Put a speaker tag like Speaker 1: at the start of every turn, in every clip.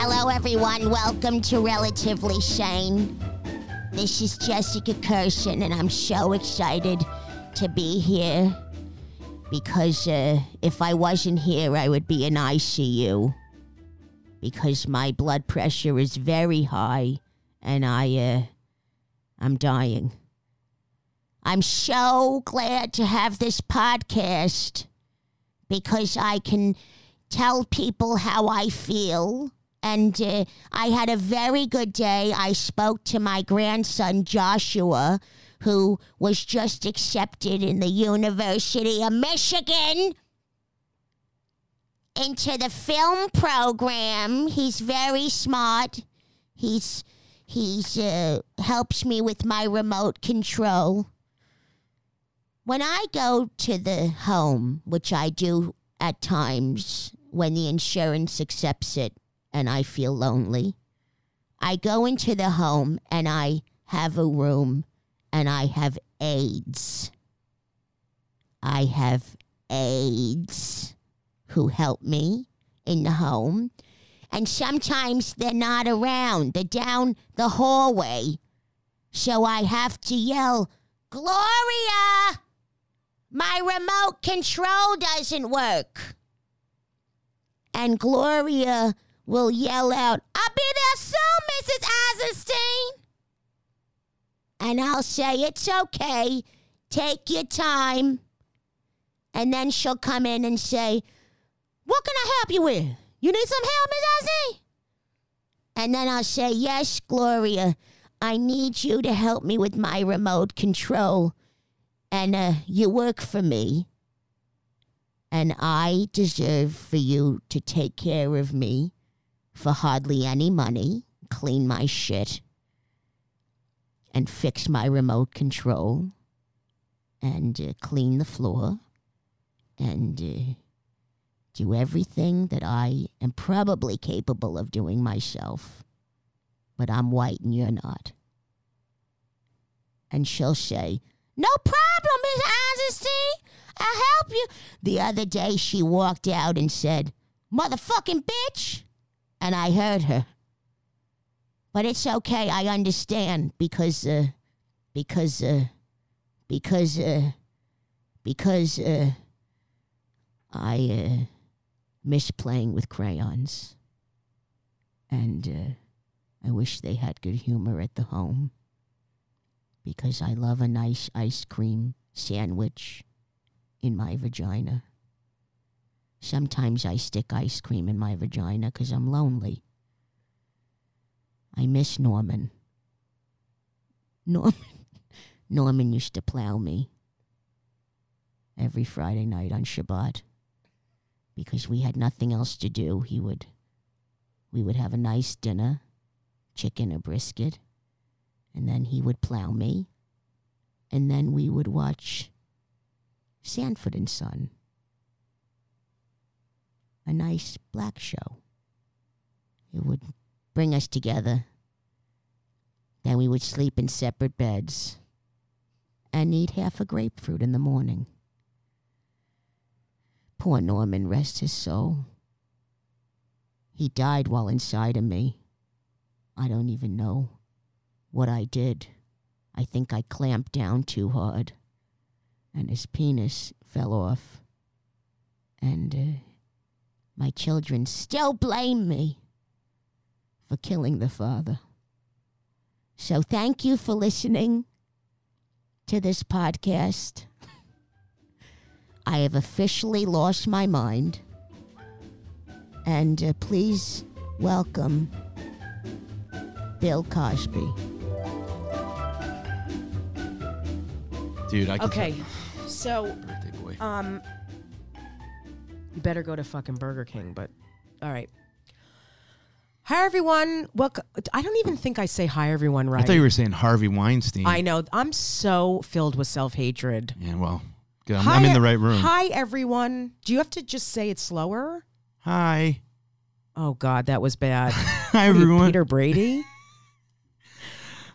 Speaker 1: Hello, everyone. Welcome to Relatively Sane. This is Jessica Kirsten, and I'm so excited to be here because uh, if I wasn't here, I would be in ICU because my blood pressure is very high and I, uh, I'm dying. I'm so glad to have this podcast because I can tell people how I feel. And uh, I had a very good day. I spoke to my grandson, Joshua, who was just accepted in the University of Michigan into the film program. He's very smart. He's he's uh, helps me with my remote control. When I go to the home, which I do at times when the insurance accepts it and I feel lonely, I go into the home and I have a room and I have AIDS. I have AIDS who help me in the home. And sometimes they're not around, they're down the hallway. So I have to yell, Gloria! My remote control doesn't work. And Gloria will yell out, I'll be there soon, Mrs. Eisenstein. And I'll say, It's okay, take your time. And then she'll come in and say, what can I help you with? You need some help, Miss Ozzy? And then I'll say, Yes, Gloria, I need you to help me with my remote control. And uh, you work for me. And I deserve for you to take care of me for hardly any money, clean my shit, and fix my remote control, and uh, clean the floor, and. Uh, do everything that I am probably capable of doing myself. But I'm white and you're not. And she'll say, No problem, Miss Eisenstein. I'll help you. The other day she walked out and said, Motherfucking bitch. And I heard her. But it's okay. I understand because, uh, because, uh, because, uh, because, uh, I, uh, miss playing with crayons. And uh, I wish they had good humor at the home because I love a nice ice cream sandwich in my vagina. Sometimes I stick ice cream in my vagina because I'm lonely. I miss Norman. Norman Norman used to plow me every Friday night on Shabbat because we had nothing else to do. He would, we would have a nice dinner, chicken or brisket, and then he would plow me, and then we would watch Sanford and Son, a nice black show. It would bring us together. Then we would sleep in separate beds and eat half a grapefruit in the morning. Poor Norman, rest his soul. He died while inside of me. I don't even know what I did. I think I clamped down too hard, and his penis fell off. And uh, my children still blame me for killing the father. So thank you for listening to this podcast. I have officially lost my mind. And uh, please welcome Bill Cosby.
Speaker 2: Dude, I can
Speaker 3: Okay,
Speaker 2: tell-
Speaker 3: so
Speaker 2: birthday boy.
Speaker 3: um, you better go to fucking Burger King. But all right. Hi everyone. Welcome. I don't even think I say hi everyone right.
Speaker 2: I thought you were saying Harvey Weinstein.
Speaker 3: I know. I'm so filled with self hatred.
Speaker 2: yeah, well, good. I'm, I'm in the right room.
Speaker 3: Hi everyone. Do you have to just say it slower?
Speaker 2: Hi.
Speaker 3: Oh God, that was bad.
Speaker 2: Hi,
Speaker 3: What are you,
Speaker 2: everyone.
Speaker 3: Peter Brady.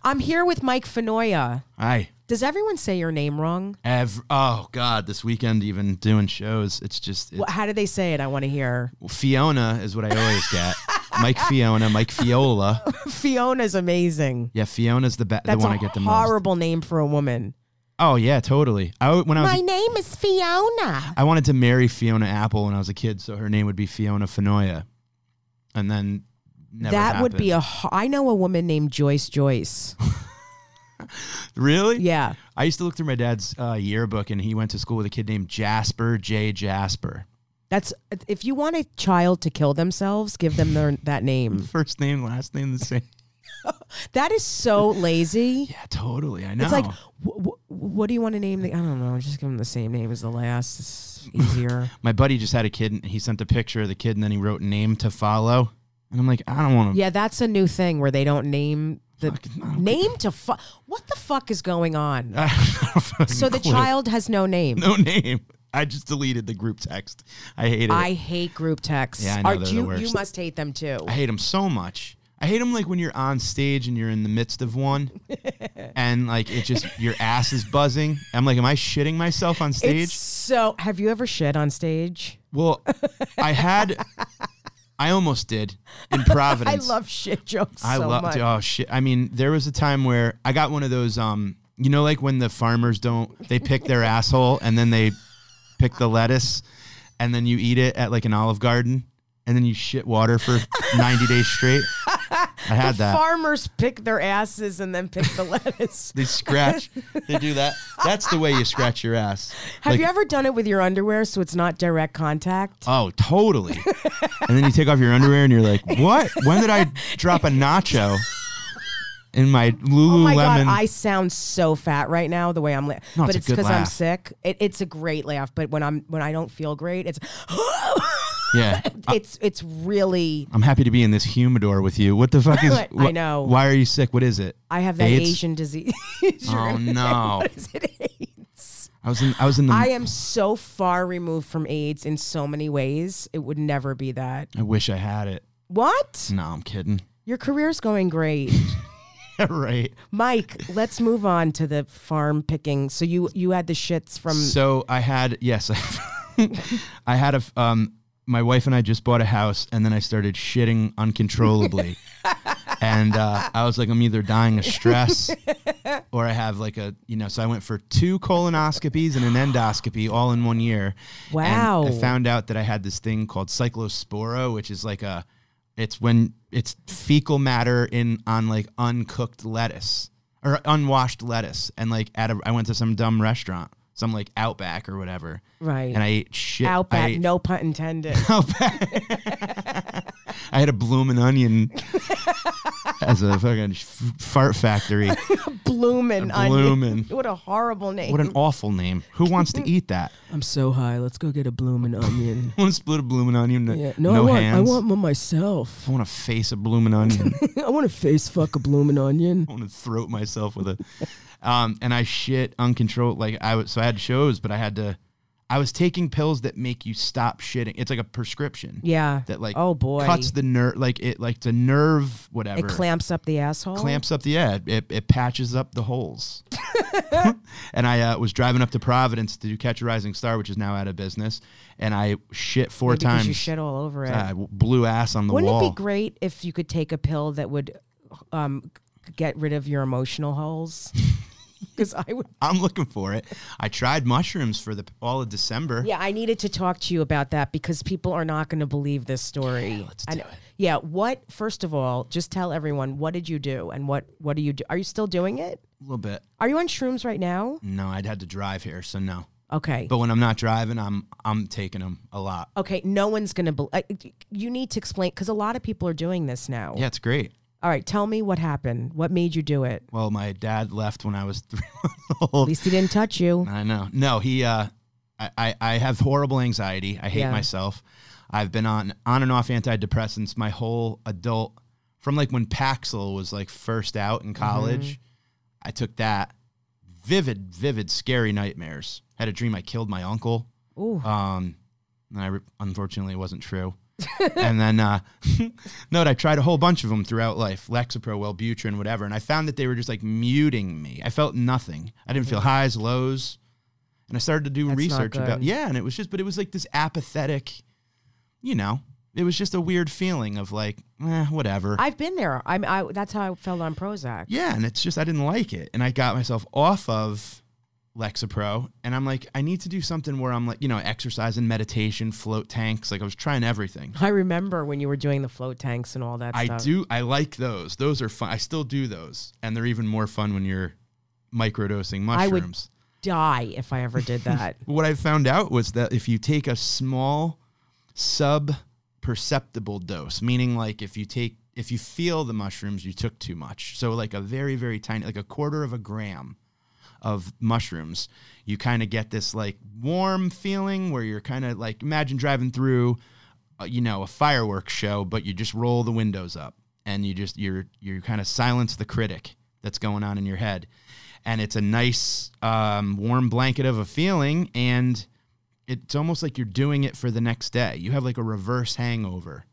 Speaker 3: I'm here with Mike Fenoya.
Speaker 2: Hi.
Speaker 3: Does everyone say your name wrong?
Speaker 2: Ev- oh, God, this weekend, even doing shows, it's just it's,
Speaker 3: Wh- How do they say it? I want to hear.
Speaker 2: Fiona is what I always get. Mike Fiona, Mike Fiola.
Speaker 3: Fiona's amazing.
Speaker 2: Yeah, Fiona's the be- the
Speaker 3: That's
Speaker 2: one
Speaker 3: a
Speaker 2: I get the most.
Speaker 3: horrible name for a woman.
Speaker 2: Oh yeah, totally. I w- when I was
Speaker 1: My name is Fiona.
Speaker 2: I wanted to marry Fiona Apple when I was a kid, so her name would be Fiona Fenoya, and then never
Speaker 3: that would be
Speaker 2: happened.
Speaker 3: a. ho- I know a woman named Joyce Joyce.
Speaker 2: really
Speaker 3: yeah.
Speaker 2: I used to look through my dad's uh, yearbook, and he went to school with a kid named Jasper J. Jasper.
Speaker 3: That's if you want a child to kill themselves, give them their, that name.
Speaker 2: First name, last name, the same.
Speaker 3: That is so lazy.
Speaker 2: Yeah, totally. I know.
Speaker 3: It's like, wh- wh- what do you want to name the? I don't know. Just give them the same name as the last. It's easier.
Speaker 2: my buddy just had a kid, and he sent a picture of the kid, and then he wrote name to follow. And I'm like, I don't want to.
Speaker 3: yeah, that's a new thing where they don't name the name to fuck. What the fuck is going
Speaker 2: Uh,
Speaker 3: on? So the child has no name.
Speaker 2: no name. I just deleted the group text. I hate it. I,
Speaker 3: I hate group texts.
Speaker 2: Yeah, I know,
Speaker 3: Are-
Speaker 2: they're
Speaker 3: do
Speaker 2: the
Speaker 3: you, you
Speaker 2: worst.
Speaker 3: must hate them too.
Speaker 2: hate them so much. I hate them like when you're on stage and you're in the midst of one, and like it just your ass is buzzing. I'm like, am I shitting myself on stage?
Speaker 3: It's so. Have you ever shit on stage?
Speaker 2: Well, I had, I almost did in Providence.
Speaker 3: I love shit jokes.
Speaker 2: I
Speaker 3: so
Speaker 2: love-
Speaker 3: much.
Speaker 2: Oh shit! I mean, there was a time where I got one of those. Um, you know, like when the farmers don't, they pick their asshole and then they pick the lettuce, and then you eat it at like an Olive Garden, and then you shit water for ninety days straight. I had that.
Speaker 3: Farmers pick their asses and then pick the lettuce.
Speaker 2: they scratch. They do that. That's the way you scratch your ass.
Speaker 3: Have
Speaker 2: Like,
Speaker 3: you ever done it with your underwear so it's not direct contact?
Speaker 2: Oh, totally. and then you take off your underwear and you're like, what? When did I drop a nacho in my Lululemon?
Speaker 3: Oh my god, I sound so fat right now the way I'm. La-
Speaker 2: No, it's
Speaker 3: but
Speaker 2: a
Speaker 3: it's
Speaker 2: good
Speaker 3: because I'm
Speaker 2: laugh.
Speaker 3: sick. It, it's a great laugh, but when I'm when I don't feel great, it's
Speaker 2: Uh yeah.
Speaker 3: it's it's really.
Speaker 2: I'm happy to be in this humidor with you. What the fuck is?
Speaker 3: I
Speaker 2: wh-
Speaker 3: know.
Speaker 2: Why are you sick? What is it?
Speaker 3: I have that
Speaker 2: AIDS?
Speaker 3: Asian disease.
Speaker 2: Oh no!
Speaker 3: Is it AIDS?
Speaker 2: I was in. I was in the.
Speaker 3: I
Speaker 2: I,
Speaker 3: am so far removed from AIDS in so many ways. It would never be that.
Speaker 2: wish I had it.
Speaker 3: What?
Speaker 2: No, I'm kidding.
Speaker 3: Your career's going great.
Speaker 2: right.
Speaker 3: Mike, let's move on to the farm picking. So you you had the shits from
Speaker 2: So I had yes, I- I had a f- um. My wife and I just bought a house, and then I started shitting uncontrollably, and uh, I was like, I'm either dying of stress, or I have like a you know. So I went for two colonoscopies and an endoscopy all in one year. and
Speaker 3: Wow.
Speaker 2: I found out that I had this thing called cyclospora, which is like a, it's when it's fecal matter in on like uncooked lettuce or unwashed lettuce, and like at a, I went to some dumb restaurant, some like Outback or whatever,
Speaker 3: right
Speaker 2: and I ate shit. I
Speaker 3: Outback.
Speaker 2: ate-
Speaker 3: no pun intended.
Speaker 2: I had a bloomin' onion as a fucking f- fart factory.
Speaker 3: Bloomin' onion.
Speaker 2: Bloomin'.
Speaker 3: What a horrible name.
Speaker 2: What an awful name. Who wants to eat that?
Speaker 3: I'm so high. Let's go get a bloomin' onion.
Speaker 2: want to split a bloomin' onion? No, hands.
Speaker 3: one myself.
Speaker 2: I want to face a bloomin' onion.
Speaker 3: I want to face fuck a bloomin' onion.
Speaker 2: I want to throat myself with a. Um, and I shit uncontrolled. Like I was, so I had shows, but I had to. I was taking pills that make you stop shitting. It's like a prescription.
Speaker 3: Yeah.
Speaker 2: That like
Speaker 3: Oh boy.
Speaker 2: cuts the nerve like it like the nerve whatever
Speaker 3: it clamps up the asshole.
Speaker 2: clamps up the yeah it, it patches up the holes and i uh, was driving up to providence to do catch a rising star which is now out of business and i shit four
Speaker 3: Maybe 'cause
Speaker 2: times
Speaker 3: You shit all over it.
Speaker 2: I w- blew ass on the
Speaker 3: Wouldn't
Speaker 2: wall
Speaker 3: it be great if you could take a pill that would um, get rid of your emotional holes? Because I would.
Speaker 2: i'm looking for it i tried mushrooms for the all of december
Speaker 3: Yeah, I needed to talk to you about that because people are not going to believe this story. Yeah,
Speaker 2: let's do it.
Speaker 3: Yeah, what? First of all, just tell everyone what did you do and what what do you do? Are you still doing it?
Speaker 2: a little bit
Speaker 3: Are you on shrooms right now?
Speaker 2: no i'd had to drive here so no
Speaker 3: Okay.
Speaker 2: but when i'm not driving i'm i'm taking them a lot
Speaker 3: okay, no one's going to believe. You need to explain because a lot of people are doing this now.
Speaker 2: yeah it's great
Speaker 3: All right, tell me what happened. What made you do it?
Speaker 2: well my dad left when i was three months old
Speaker 3: At least he didn't touch you.
Speaker 2: I know. No, he. Uh, I, I I have horrible anxiety. I hate
Speaker 3: Yeah.
Speaker 2: myself. I've been on on and off antidepressants my whole adult, from like when Paxil was like first out in
Speaker 3: Mm-hmm.
Speaker 2: college. I took that. Vivid, vivid, scary nightmares. Had a dream I killed my uncle.
Speaker 3: Ooh.
Speaker 2: Um, and I re- unfortunately it wasn't true. and then uh, no, I tried a whole bunch of them throughout life, Lexapro, Wellbutrin, whatever, and I found that they were just like muting me. I felt nothing. I didn't feel highs, lows, and I started to do
Speaker 3: That's not
Speaker 2: research about
Speaker 3: good.
Speaker 2: yeah, and it was just, but it was like this apathetic, you know, it was just a weird feeling of like, eh, whatever.
Speaker 3: I've been there. I'm. I, that's how I felt on Prozac.
Speaker 2: yeah, and it's just I didn't like it, and I got myself off of Lexapro, and I'm like, I need to do something where I'm like, you know, exercise and meditation, float tanks. Like I was trying everything.
Speaker 3: I remember when you were doing the float tanks and all that.
Speaker 2: I
Speaker 3: stuff.
Speaker 2: do. I like those. Those are fun. I still do those, and they're even more fun when you're microdosing
Speaker 3: I would-
Speaker 2: mushrooms.
Speaker 3: die if I ever did that.
Speaker 2: What I found out was that if you take a small sub perceptible dose, meaning like if you take if you feel the mushrooms, you took too much. So like a very very tiny like a quarter of a gram of mushrooms, you kind of get this like warm feeling where you're kind of like imagine driving through uh, you know a fireworks show but you just roll the windows up and you just you're you kind of silence the critic that's going on in your head and it's a nice um, warm blanket of a feeling and it's almost like you're doing it for the next day you have like a reverse hangover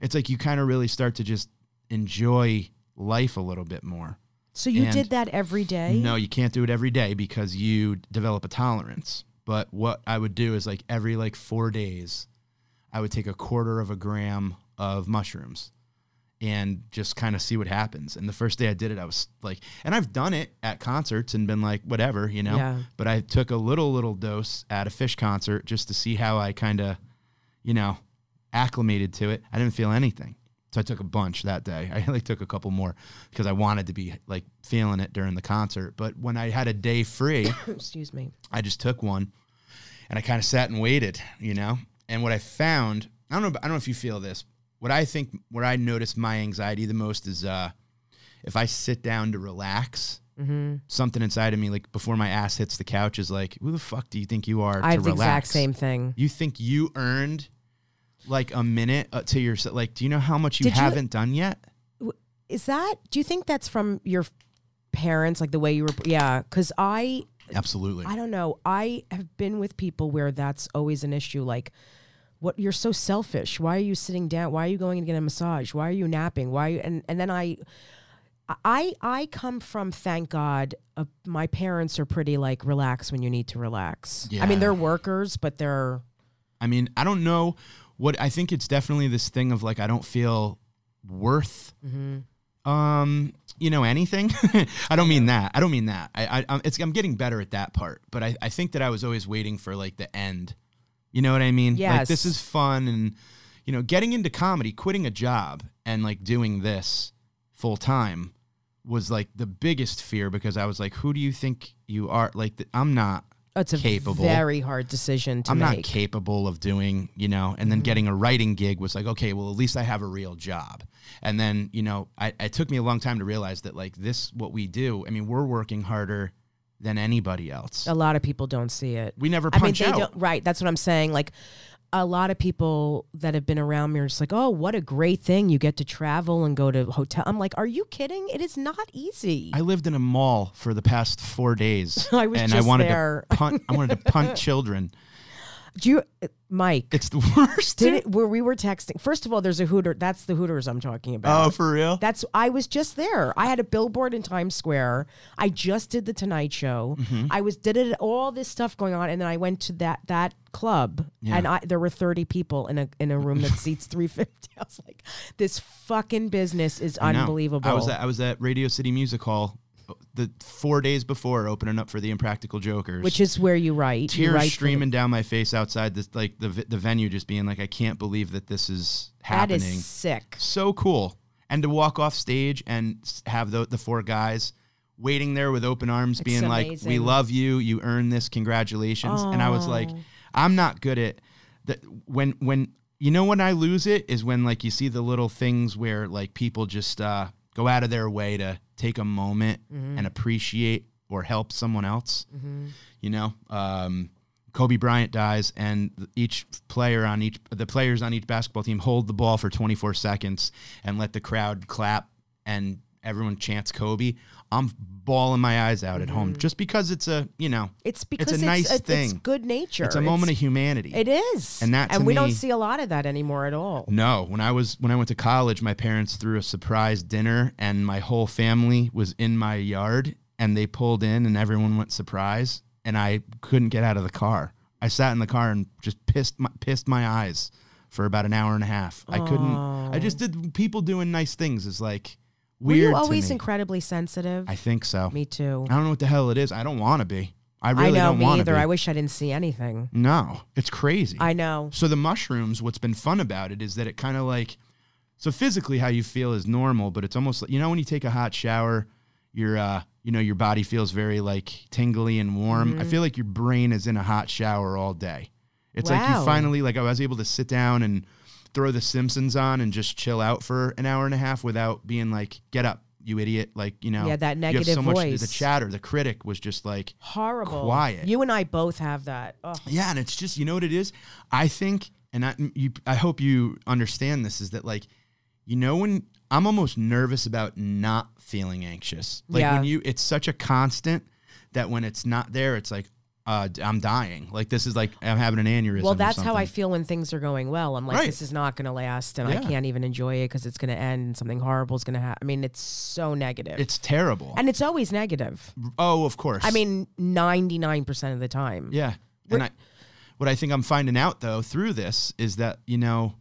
Speaker 2: it's like you kind of really start to just enjoy life a little bit more
Speaker 3: So you
Speaker 2: And-
Speaker 3: did that every day?
Speaker 2: no, you can't do it every day because you develop a tolerance. But what I would do is like every like four days, I would take a quarter of a gram of mushrooms and just kind of see what happens. And the first day I did it, I was like, and I've done it at concerts and been like, whatever, you know.
Speaker 3: Yeah.
Speaker 2: But I took a little, little dose at a fish concert just to see how I kind of, you know, acclimated to it. I didn't feel anything. So I took a bunch that day. I like took a couple more because I wanted to be like feeling it during the concert. But when I had a day free,
Speaker 3: Excuse me.
Speaker 2: I just took one and I kind of sat and waited, you know? And what I found, I don't know, I don't know if you feel this. What I think, where I notice my anxiety the most is uh, if I sit down to relax,
Speaker 3: Mm-hmm.
Speaker 2: something inside of me, like before my ass hits the couch, is like, who the fuck do you think you are
Speaker 3: I
Speaker 2: to
Speaker 3: have the
Speaker 2: relax?
Speaker 3: exact same thing.
Speaker 2: You think you earned like a minute uh, to yourself? Like, do you know how much you
Speaker 3: Did you-
Speaker 2: haven't done yet?
Speaker 3: Is that, do you think that's from your parents, like the way you were? Yeah, because I,
Speaker 2: Absolutely.
Speaker 3: I don't know. I have been with people where that's always an issue. Like, what you're so selfish. Why are you sitting down? Why are you going and getting a massage? Why are you napping? Why? Are you, and and then I, I I come from thank God. Uh, my parents are pretty like relax when you need to relax. I
Speaker 2: Yeah.
Speaker 3: mean they're workers, but they're
Speaker 2: I mean, I don't know what I think it's definitely this thing of like I don't feel worth um you know anything i don't mean that i don't mean that i, I I'm, it's, I'm getting better at that part but I, I think that i was always waiting for like the end you know what i mean like this
Speaker 3: Yes.
Speaker 2: is fun and you know getting into comedy quitting a job and like doing this full time was like the biggest fear because i was like who do you think you are like th- i'm not
Speaker 3: it's a
Speaker 2: Capable.
Speaker 3: very hard decision to
Speaker 2: I'm
Speaker 3: make. Mm-hmm.
Speaker 2: not capable of doing, you know, and then getting a writing gig was like, okay, well, at least I have a real job. And then, you know, I, it took me a long time to realize that, like, this, what we do, I mean, we're working harder than anybody else.
Speaker 3: a lot of people don't see it.
Speaker 2: We never
Speaker 3: Oh, I mean,
Speaker 2: punch
Speaker 3: they
Speaker 2: out.
Speaker 3: don't. Right. That's what I'm saying. Like, a lot of people that have been around me are just like, "Oh, what a great thing! You get to travel and go to hotel." I'm like, "Are you kidding? It is not easy."
Speaker 2: I lived in a mall for the past four days.
Speaker 3: I was
Speaker 2: and I
Speaker 3: just
Speaker 2: wanted
Speaker 3: there.
Speaker 2: to punt. I wanted to punt children.
Speaker 3: Do you, uh, Mike?
Speaker 2: It's the worst.
Speaker 3: Did
Speaker 2: dude.
Speaker 3: it where we were texting? First of all, there's a Hooter. That's the Hooters I'm talking about.
Speaker 2: Oh, for real?
Speaker 3: That's I was just there. I had a billboard in Times Square. I just did the Tonight Show.
Speaker 2: Mm-hmm.
Speaker 3: I was did it all this stuff going on, and then I went to that that club, and I there were thirty people in a in a room that seats three fifty. I was like, this fucking business is
Speaker 2: No.
Speaker 3: unbelievable.
Speaker 2: I was at, I was at Radio City Music Hall uh, the four days before opening up for the Impractical Jokers,
Speaker 3: which is where you write. You
Speaker 2: tears
Speaker 3: write for-
Speaker 2: streaming down my face outside this like the v- the venue just being like I can't believe that this is
Speaker 3: That
Speaker 2: happening.
Speaker 3: is sick.
Speaker 2: so cool. And to walk off stage and s- have the the four guys waiting there with open arms being like we
Speaker 3: amazing. Oh.
Speaker 2: love you, you earned this, congratulations. And I was like I'm not good at that when when you know when I lose it is when like you see the little things where like people just uh go out of their way to take a moment
Speaker 3: Mm-hmm.
Speaker 2: and appreciate or help someone else you know um, kobe bryant dies and th- each player on each the players on each basketball team hold the ball for 24 seconds and let the crowd clap and everyone chants kobe i'm bawling my eyes out at home just because it's a you know
Speaker 3: It's because it's,
Speaker 2: nice
Speaker 3: it's,
Speaker 2: thing.
Speaker 3: good nature.
Speaker 2: it's a moment of humanity
Speaker 3: It is,
Speaker 2: And that to
Speaker 3: and we don't
Speaker 2: me-
Speaker 3: see a lot of that anymore at all.
Speaker 2: no, when I was when I went to college, my parents threw a surprise dinner, and my whole family was in my yard, and they pulled in, and everyone went surprise, and I couldn't get out of the car. I sat in the car and just pissed my, pissed my eyes for about an hour and a half. I couldn't. I just did. People doing nice things is like
Speaker 3: Were
Speaker 2: weird.
Speaker 3: you always
Speaker 2: to me.
Speaker 3: incredibly sensitive?
Speaker 2: I think so.
Speaker 3: Me too.
Speaker 2: I don't know what the hell it is. I don't want to be. I really
Speaker 3: I know
Speaker 2: don't
Speaker 3: me
Speaker 2: want to
Speaker 3: either.
Speaker 2: be.
Speaker 3: I wish I didn't see anything.
Speaker 2: no, it's crazy.
Speaker 3: I know.
Speaker 2: So the mushrooms, what's been fun about it is that it kind of like, so physically how you feel is normal, but it's almost like you know when you take a hot shower, your uh, you know your body feels very like tingly and warm.
Speaker 3: Mm-hmm.
Speaker 2: I feel like your brain is in a hot shower all day. It's like
Speaker 3: Wow.
Speaker 2: you finally like I was able to sit down and throw The Simpsons on and just chill out for an hour and a half without being like, get up, you idiot! Like you know,
Speaker 3: Yeah, that
Speaker 2: you have
Speaker 3: negative
Speaker 2: so Much, the
Speaker 3: voice.
Speaker 2: chatter, the critic was just like,
Speaker 3: Horrible.
Speaker 2: Quiet.
Speaker 3: You and I both have that. Ugh.
Speaker 2: yeah, and it's just you know what it is. I think, and I, you, I hope you understand this is that like, you know, when I'm almost nervous about not feeling anxious. Like
Speaker 3: Yeah.
Speaker 2: when you, it's such a constant that when it's not there, it's like uh, d- I'm dying. Like this is like I'm having an aneurysm.
Speaker 3: Well,
Speaker 2: or
Speaker 3: that's how I
Speaker 2: something.
Speaker 3: feel when things are going well. I'm like,
Speaker 2: Right.
Speaker 3: this is not going to last, and I
Speaker 2: Yeah.
Speaker 3: can't even enjoy it because it's going to end, and something horrible is going to happen. I mean, it's so negative,
Speaker 2: It's terrible.
Speaker 3: and it's always negative.
Speaker 2: oh, of course.
Speaker 3: I mean, ninety nine percent of the time.
Speaker 2: Yeah. And I, what I think I'm finding out though through this is that, you know,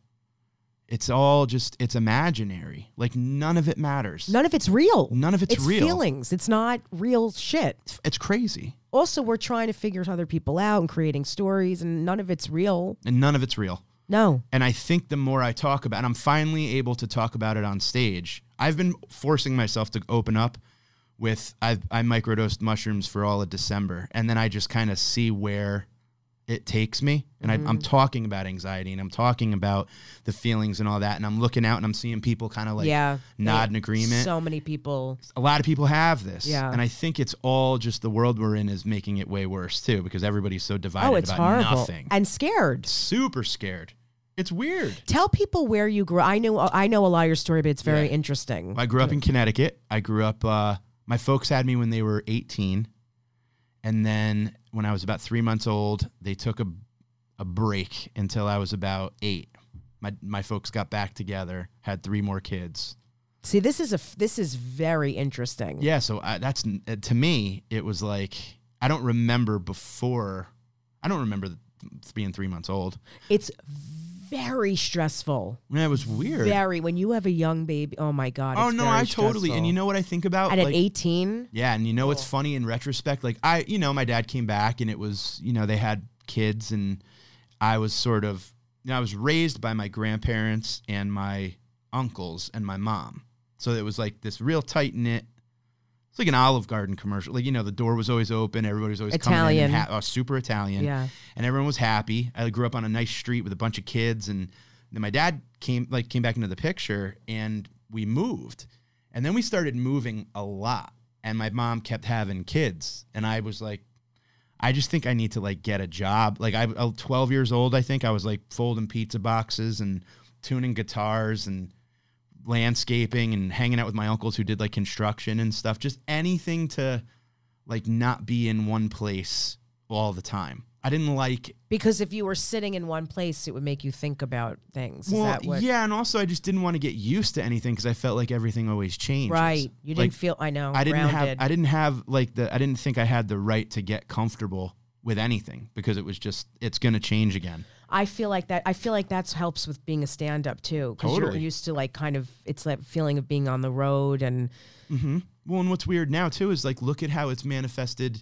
Speaker 2: it's all just it's imaginary. Like none of it matters.
Speaker 3: None of it's real.
Speaker 2: None of it's real.
Speaker 3: feelings. It's not real shit.
Speaker 2: It's crazy.
Speaker 3: Also, we're trying to figure other people out and creating stories, and none of it's real.
Speaker 2: And none of it's real.
Speaker 3: No.
Speaker 2: And I think the more I talk about, and I'm finally able to talk about it on stage. I've been forcing myself to open up with I've, I microdosed mushrooms for all of December, and then I just kind of see where it takes me. And I, I'm
Speaker 3: Mm-hmm.
Speaker 2: talking about anxiety, and I'm talking about the feelings and all that, and I'm looking out, and I'm seeing people kind of like
Speaker 3: yeah.
Speaker 2: nod
Speaker 3: They-
Speaker 2: in agreement.
Speaker 3: So many people.
Speaker 2: a lot of people have this,
Speaker 3: Yeah.
Speaker 2: and I think it's all just the world we're in is making it way worse too, because everybody's so divided
Speaker 3: Oh, it's
Speaker 2: about
Speaker 3: horrible
Speaker 2: nothing,
Speaker 3: and scared.
Speaker 2: super scared. It's weird.
Speaker 3: Tell people where you grew. I know. I know a lot of your story, but it's very
Speaker 2: Yeah.
Speaker 3: interesting.
Speaker 2: I grew up in Connecticut. I grew up. Uh, my folks had me when they were 18, and then when I was about three months old, they took a a break until I was about eight. My my folks got back together, had three more kids.
Speaker 3: See, this is a f- this is very interesting.
Speaker 2: Yeah, so I, that's n- uh, to me, it was like I don't remember before. I don't remember th- being three months old.
Speaker 3: It's very stressful.
Speaker 2: Yeah, it was weird.
Speaker 3: Very when you have a young baby. Oh my god.
Speaker 2: oh
Speaker 3: it's
Speaker 2: no,
Speaker 3: very
Speaker 2: I totally. And you
Speaker 3: stressful.
Speaker 2: know what I think about?
Speaker 3: and at
Speaker 2: Like-
Speaker 3: 18,
Speaker 2: Yeah, and you know what's funny in retrospect? Like I, you know, my dad came back and it was, you know, they had kids and I was sort of, you know, I was raised by my grandparents and my uncles and my mom. So it was like this real tight knit. It's like an Olive Garden commercial. Like you know, the door was always open. Everybody was always coming in.
Speaker 3: Italian.
Speaker 2: And ha- oh, super Italian.
Speaker 3: Yeah.
Speaker 2: And everyone was happy. I grew up on a nice street with a bunch of kids, and then my dad came like came back into the picture, and we moved, and then we started moving a lot. And my mom kept having kids, and I was like, I just think I need to like get a job. Like I, I was 12 years old, I think I was like folding pizza boxes and tuning guitars and landscaping and hanging out with my uncles who did like construction and stuff. Just anything to like not be in one place all the time. I didn't like
Speaker 3: because if you were sitting in one place, it would make you think about things. Is
Speaker 2: well,
Speaker 3: that what?
Speaker 2: yeah, and also I just didn't want to get used to anything because I felt like everything always changed.
Speaker 3: Right. You didn't feel. I know.
Speaker 2: I didn't
Speaker 3: grounded.
Speaker 2: have I didn't have like the I didn't think I had the right to get comfortable with anything because it was just it's gonna change again.
Speaker 3: I feel like that. I feel like that's helps with being a stand up too, because you're
Speaker 2: Totally.
Speaker 3: used to like kind of it's that feeling of being on the road and Mm-hmm.
Speaker 2: Well, and what's weird now too is like look at how it's manifested.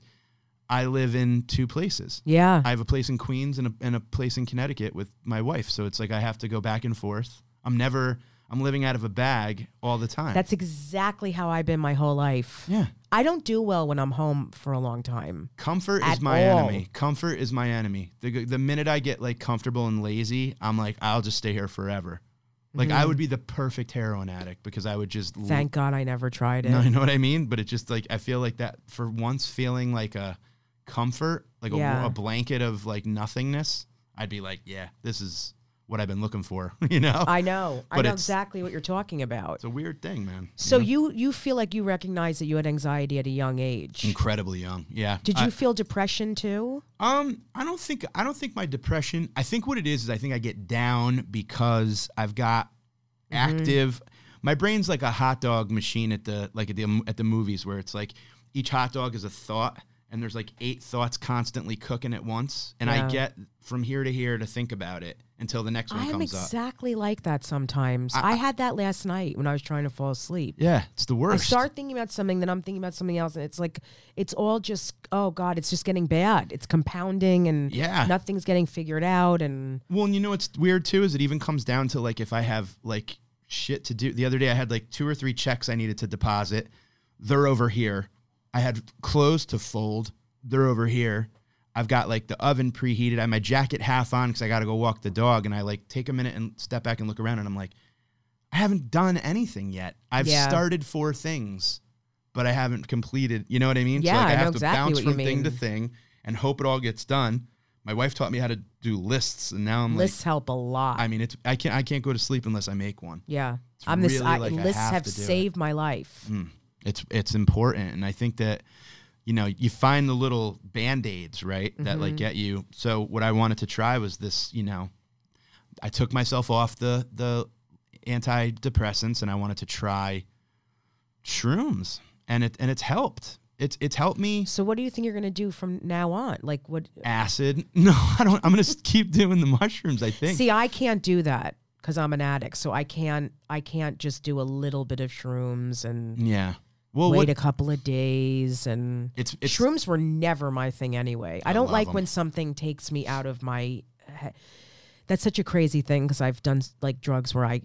Speaker 2: I live in two places.
Speaker 3: yeah.
Speaker 2: I have a place in Queens and a, and a place in Connecticut with my wife. So it's like I have to go back and forth. I'm never I'm living out of a bag all the time.
Speaker 3: That's exactly how I've been my whole life.
Speaker 2: yeah.
Speaker 3: I don't do well when I'm home for a long time.
Speaker 2: Comfort
Speaker 3: At
Speaker 2: is my
Speaker 3: all.
Speaker 2: enemy. Comfort is my enemy. The g- the minute I get like comfortable and lazy, I'm like I'll just stay here forever. Like I would be the perfect heroin addict because I would just l-
Speaker 3: Mm-hmm. Thank God I never tried it.
Speaker 2: Mm. No, you know what I mean? But it just like I feel like that for once feeling like a comfort, like a-
Speaker 3: Yeah.
Speaker 2: a, blanket of like nothingness, I'd be like, yeah, this is what I've been looking for, you know?
Speaker 3: I know. I
Speaker 2: But
Speaker 3: know
Speaker 2: it's-
Speaker 3: exactly what you're talking about.
Speaker 2: it's a weird thing, man.
Speaker 3: So you you feel like you recognize that you had anxiety at a young age.
Speaker 2: Incredibly young. Yeah.
Speaker 3: Did
Speaker 2: I-
Speaker 3: you feel depression too?
Speaker 2: Um, I don't think I don't think my depression. I think what it is is I think I get down because I've got
Speaker 3: Mm-hmm.
Speaker 2: active. My brain's like a hot dog machine at the like at the at the movies where it's like each hot dog is a thought and there's like eight thoughts constantly cooking at once, and
Speaker 3: Yeah.
Speaker 2: I get from here to here to think about it until the next one
Speaker 3: I'm
Speaker 2: comes up.
Speaker 3: exactly like that sometimes. I, had that last night when I was trying to fall asleep.
Speaker 2: Yeah, it's the
Speaker 3: I
Speaker 2: worst.
Speaker 3: start thinking about something, then I'm thinking about something else, and it's like it's all just oh god, it's just getting bad. It's compounding, and
Speaker 2: Yeah.
Speaker 3: nothing's getting figured out, and
Speaker 2: Well, and you know what's weird too is it even comes down to like if I have like shit to do. The other day I had like two or three checks I needed to deposit. They're over here. I had clothes to fold. They're over here. I've got like the oven preheated. I have my jacket half on because I got to go walk the dog. And I like take a minute and step back and look around and I'm like, I haven't done anything yet. I've
Speaker 3: Yeah.
Speaker 2: started four things, but I haven't completed. You know what I mean?
Speaker 3: Yeah,
Speaker 2: so like
Speaker 3: I
Speaker 2: I
Speaker 3: know
Speaker 2: have to
Speaker 3: exactly
Speaker 2: bounce
Speaker 3: what you
Speaker 2: from thing to
Speaker 3: mean.
Speaker 2: thing and hope it all gets done. My wife taught me how to do lists, and now I'm
Speaker 3: lists help a lot.
Speaker 2: like, I mean, it's I can't I can't go to sleep unless I make one.
Speaker 3: yeah, I'm this.
Speaker 2: really
Speaker 3: I,
Speaker 2: like I
Speaker 3: lists
Speaker 2: have
Speaker 3: have,
Speaker 2: to do it. Mm.
Speaker 3: saved my life.
Speaker 2: Hmm. It's it's important, and I think that you know you find the little band aids right that like get you. So what I wanted to try was this. You know, I took myself off the the antidepressants, and I wanted to try shrooms, and it and it's helped. It's it's helped me
Speaker 3: So what do you think you're gonna do from now on? Like what?
Speaker 2: acid. No, I don't. I'm gonna s- keep doing the mushrooms. I think.
Speaker 3: See, I can't do that because I'm an addict, so I can't. I can't just do a little bit of shrooms and
Speaker 2: yeah. Well,
Speaker 3: wait
Speaker 2: what,
Speaker 3: a couple of days and
Speaker 2: it's it's
Speaker 3: shrooms were never my thing anyway. I, don't
Speaker 2: love
Speaker 3: like
Speaker 2: 'em.
Speaker 3: when something takes me out of my. He- That's such a crazy thing because I've done like drugs where I,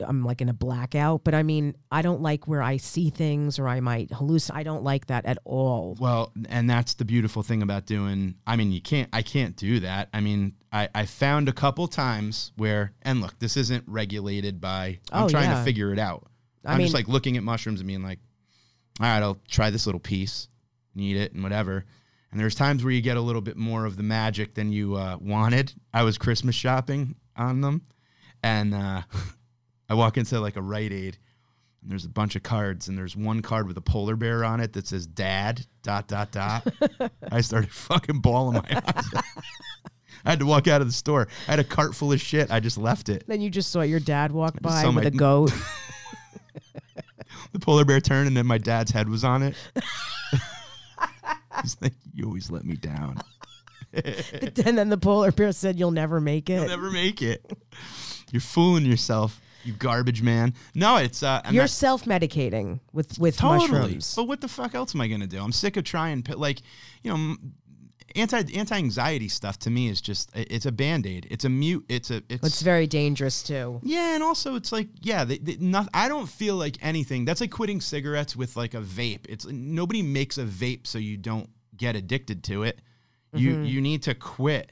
Speaker 3: I'm like in a blackout. But I mean, I don't like where I see things or I might hallucinate. I don't like that at all.
Speaker 2: Well, and that's the beautiful thing about doing. I mean, you can't. I can't do that. I mean, I, I found a couple times where, and look, this isn't regulated by. I'm
Speaker 3: Oh,
Speaker 2: trying
Speaker 3: yeah.
Speaker 2: to figure it out.
Speaker 3: I
Speaker 2: I am just
Speaker 3: mean-
Speaker 2: like looking at mushrooms and being like, all right, I'll try this little piece, and eat it, and whatever. And there's times where you get a little bit more of the magic than you uh, wanted. I was Christmas shopping on them, and uh, I walk into like a Rite Aid, and there's a bunch of cards, and there's one card with a polar bear on it that says "Dad." Dot dot dot. I started fucking bawling my eyes. out. I had to walk out of the store. I had a cart full of shit. I just left it.
Speaker 3: Then you just saw your dad walk by
Speaker 2: saw
Speaker 3: with
Speaker 2: my-
Speaker 3: a goat.
Speaker 2: The polar bear turned, and then my dad's head was on it. He's like, "You always let me down.
Speaker 3: and then the polar bear said, "You'll never make it."
Speaker 2: You'll never make it. You're fooling yourself, you garbage man." No, it's uh, and
Speaker 3: You're
Speaker 2: that's-
Speaker 3: self-medicating with with mushrooms.
Speaker 2: But what the fuck else am I gonna do? I'm sick of trying. pi- Like, you know, m- anti anti anxiety stuff to me is just i- it's a band aid. It's a mute. It's a it's.
Speaker 3: It's very dangerous too.
Speaker 2: yeah, and also it's like yeah, they, they, not, I don't feel like anything. That's like quitting cigarettes with like a vape. It's nobody makes a vape so you don't get addicted to it.
Speaker 3: Mm-hmm.
Speaker 2: You you need to quit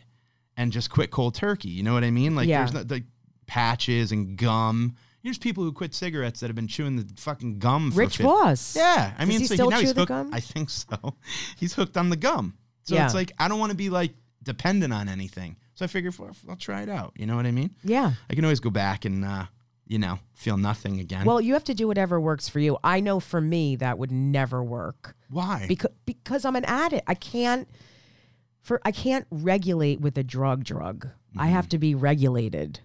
Speaker 2: and just quit cold turkey. You know what I mean? Like
Speaker 3: Yeah.
Speaker 2: there's not like patches and gum. There's people who quit cigarettes that have been chewing the fucking gum. For
Speaker 3: Rich
Speaker 2: 50
Speaker 3: Voss.
Speaker 2: yeah, I
Speaker 3: Does
Speaker 2: mean,
Speaker 3: he
Speaker 2: so
Speaker 3: still
Speaker 2: now he's
Speaker 3: chew the
Speaker 2: hooked.
Speaker 3: gum?
Speaker 2: I think so. He's hooked on the gum. So
Speaker 3: Yeah.
Speaker 2: it's like I don't want to be like dependent on anything. So I figure well, I'll try it out. You know what I mean?
Speaker 3: Yeah.
Speaker 2: I can always go back and uh, you know feel nothing again.
Speaker 3: Well, you have to do whatever works for you. I know for me that would never work
Speaker 2: why?
Speaker 3: because because I'm an addict. I can't for I can't regulate with a drug drug. I
Speaker 2: Mm-hmm.
Speaker 3: have to be regulated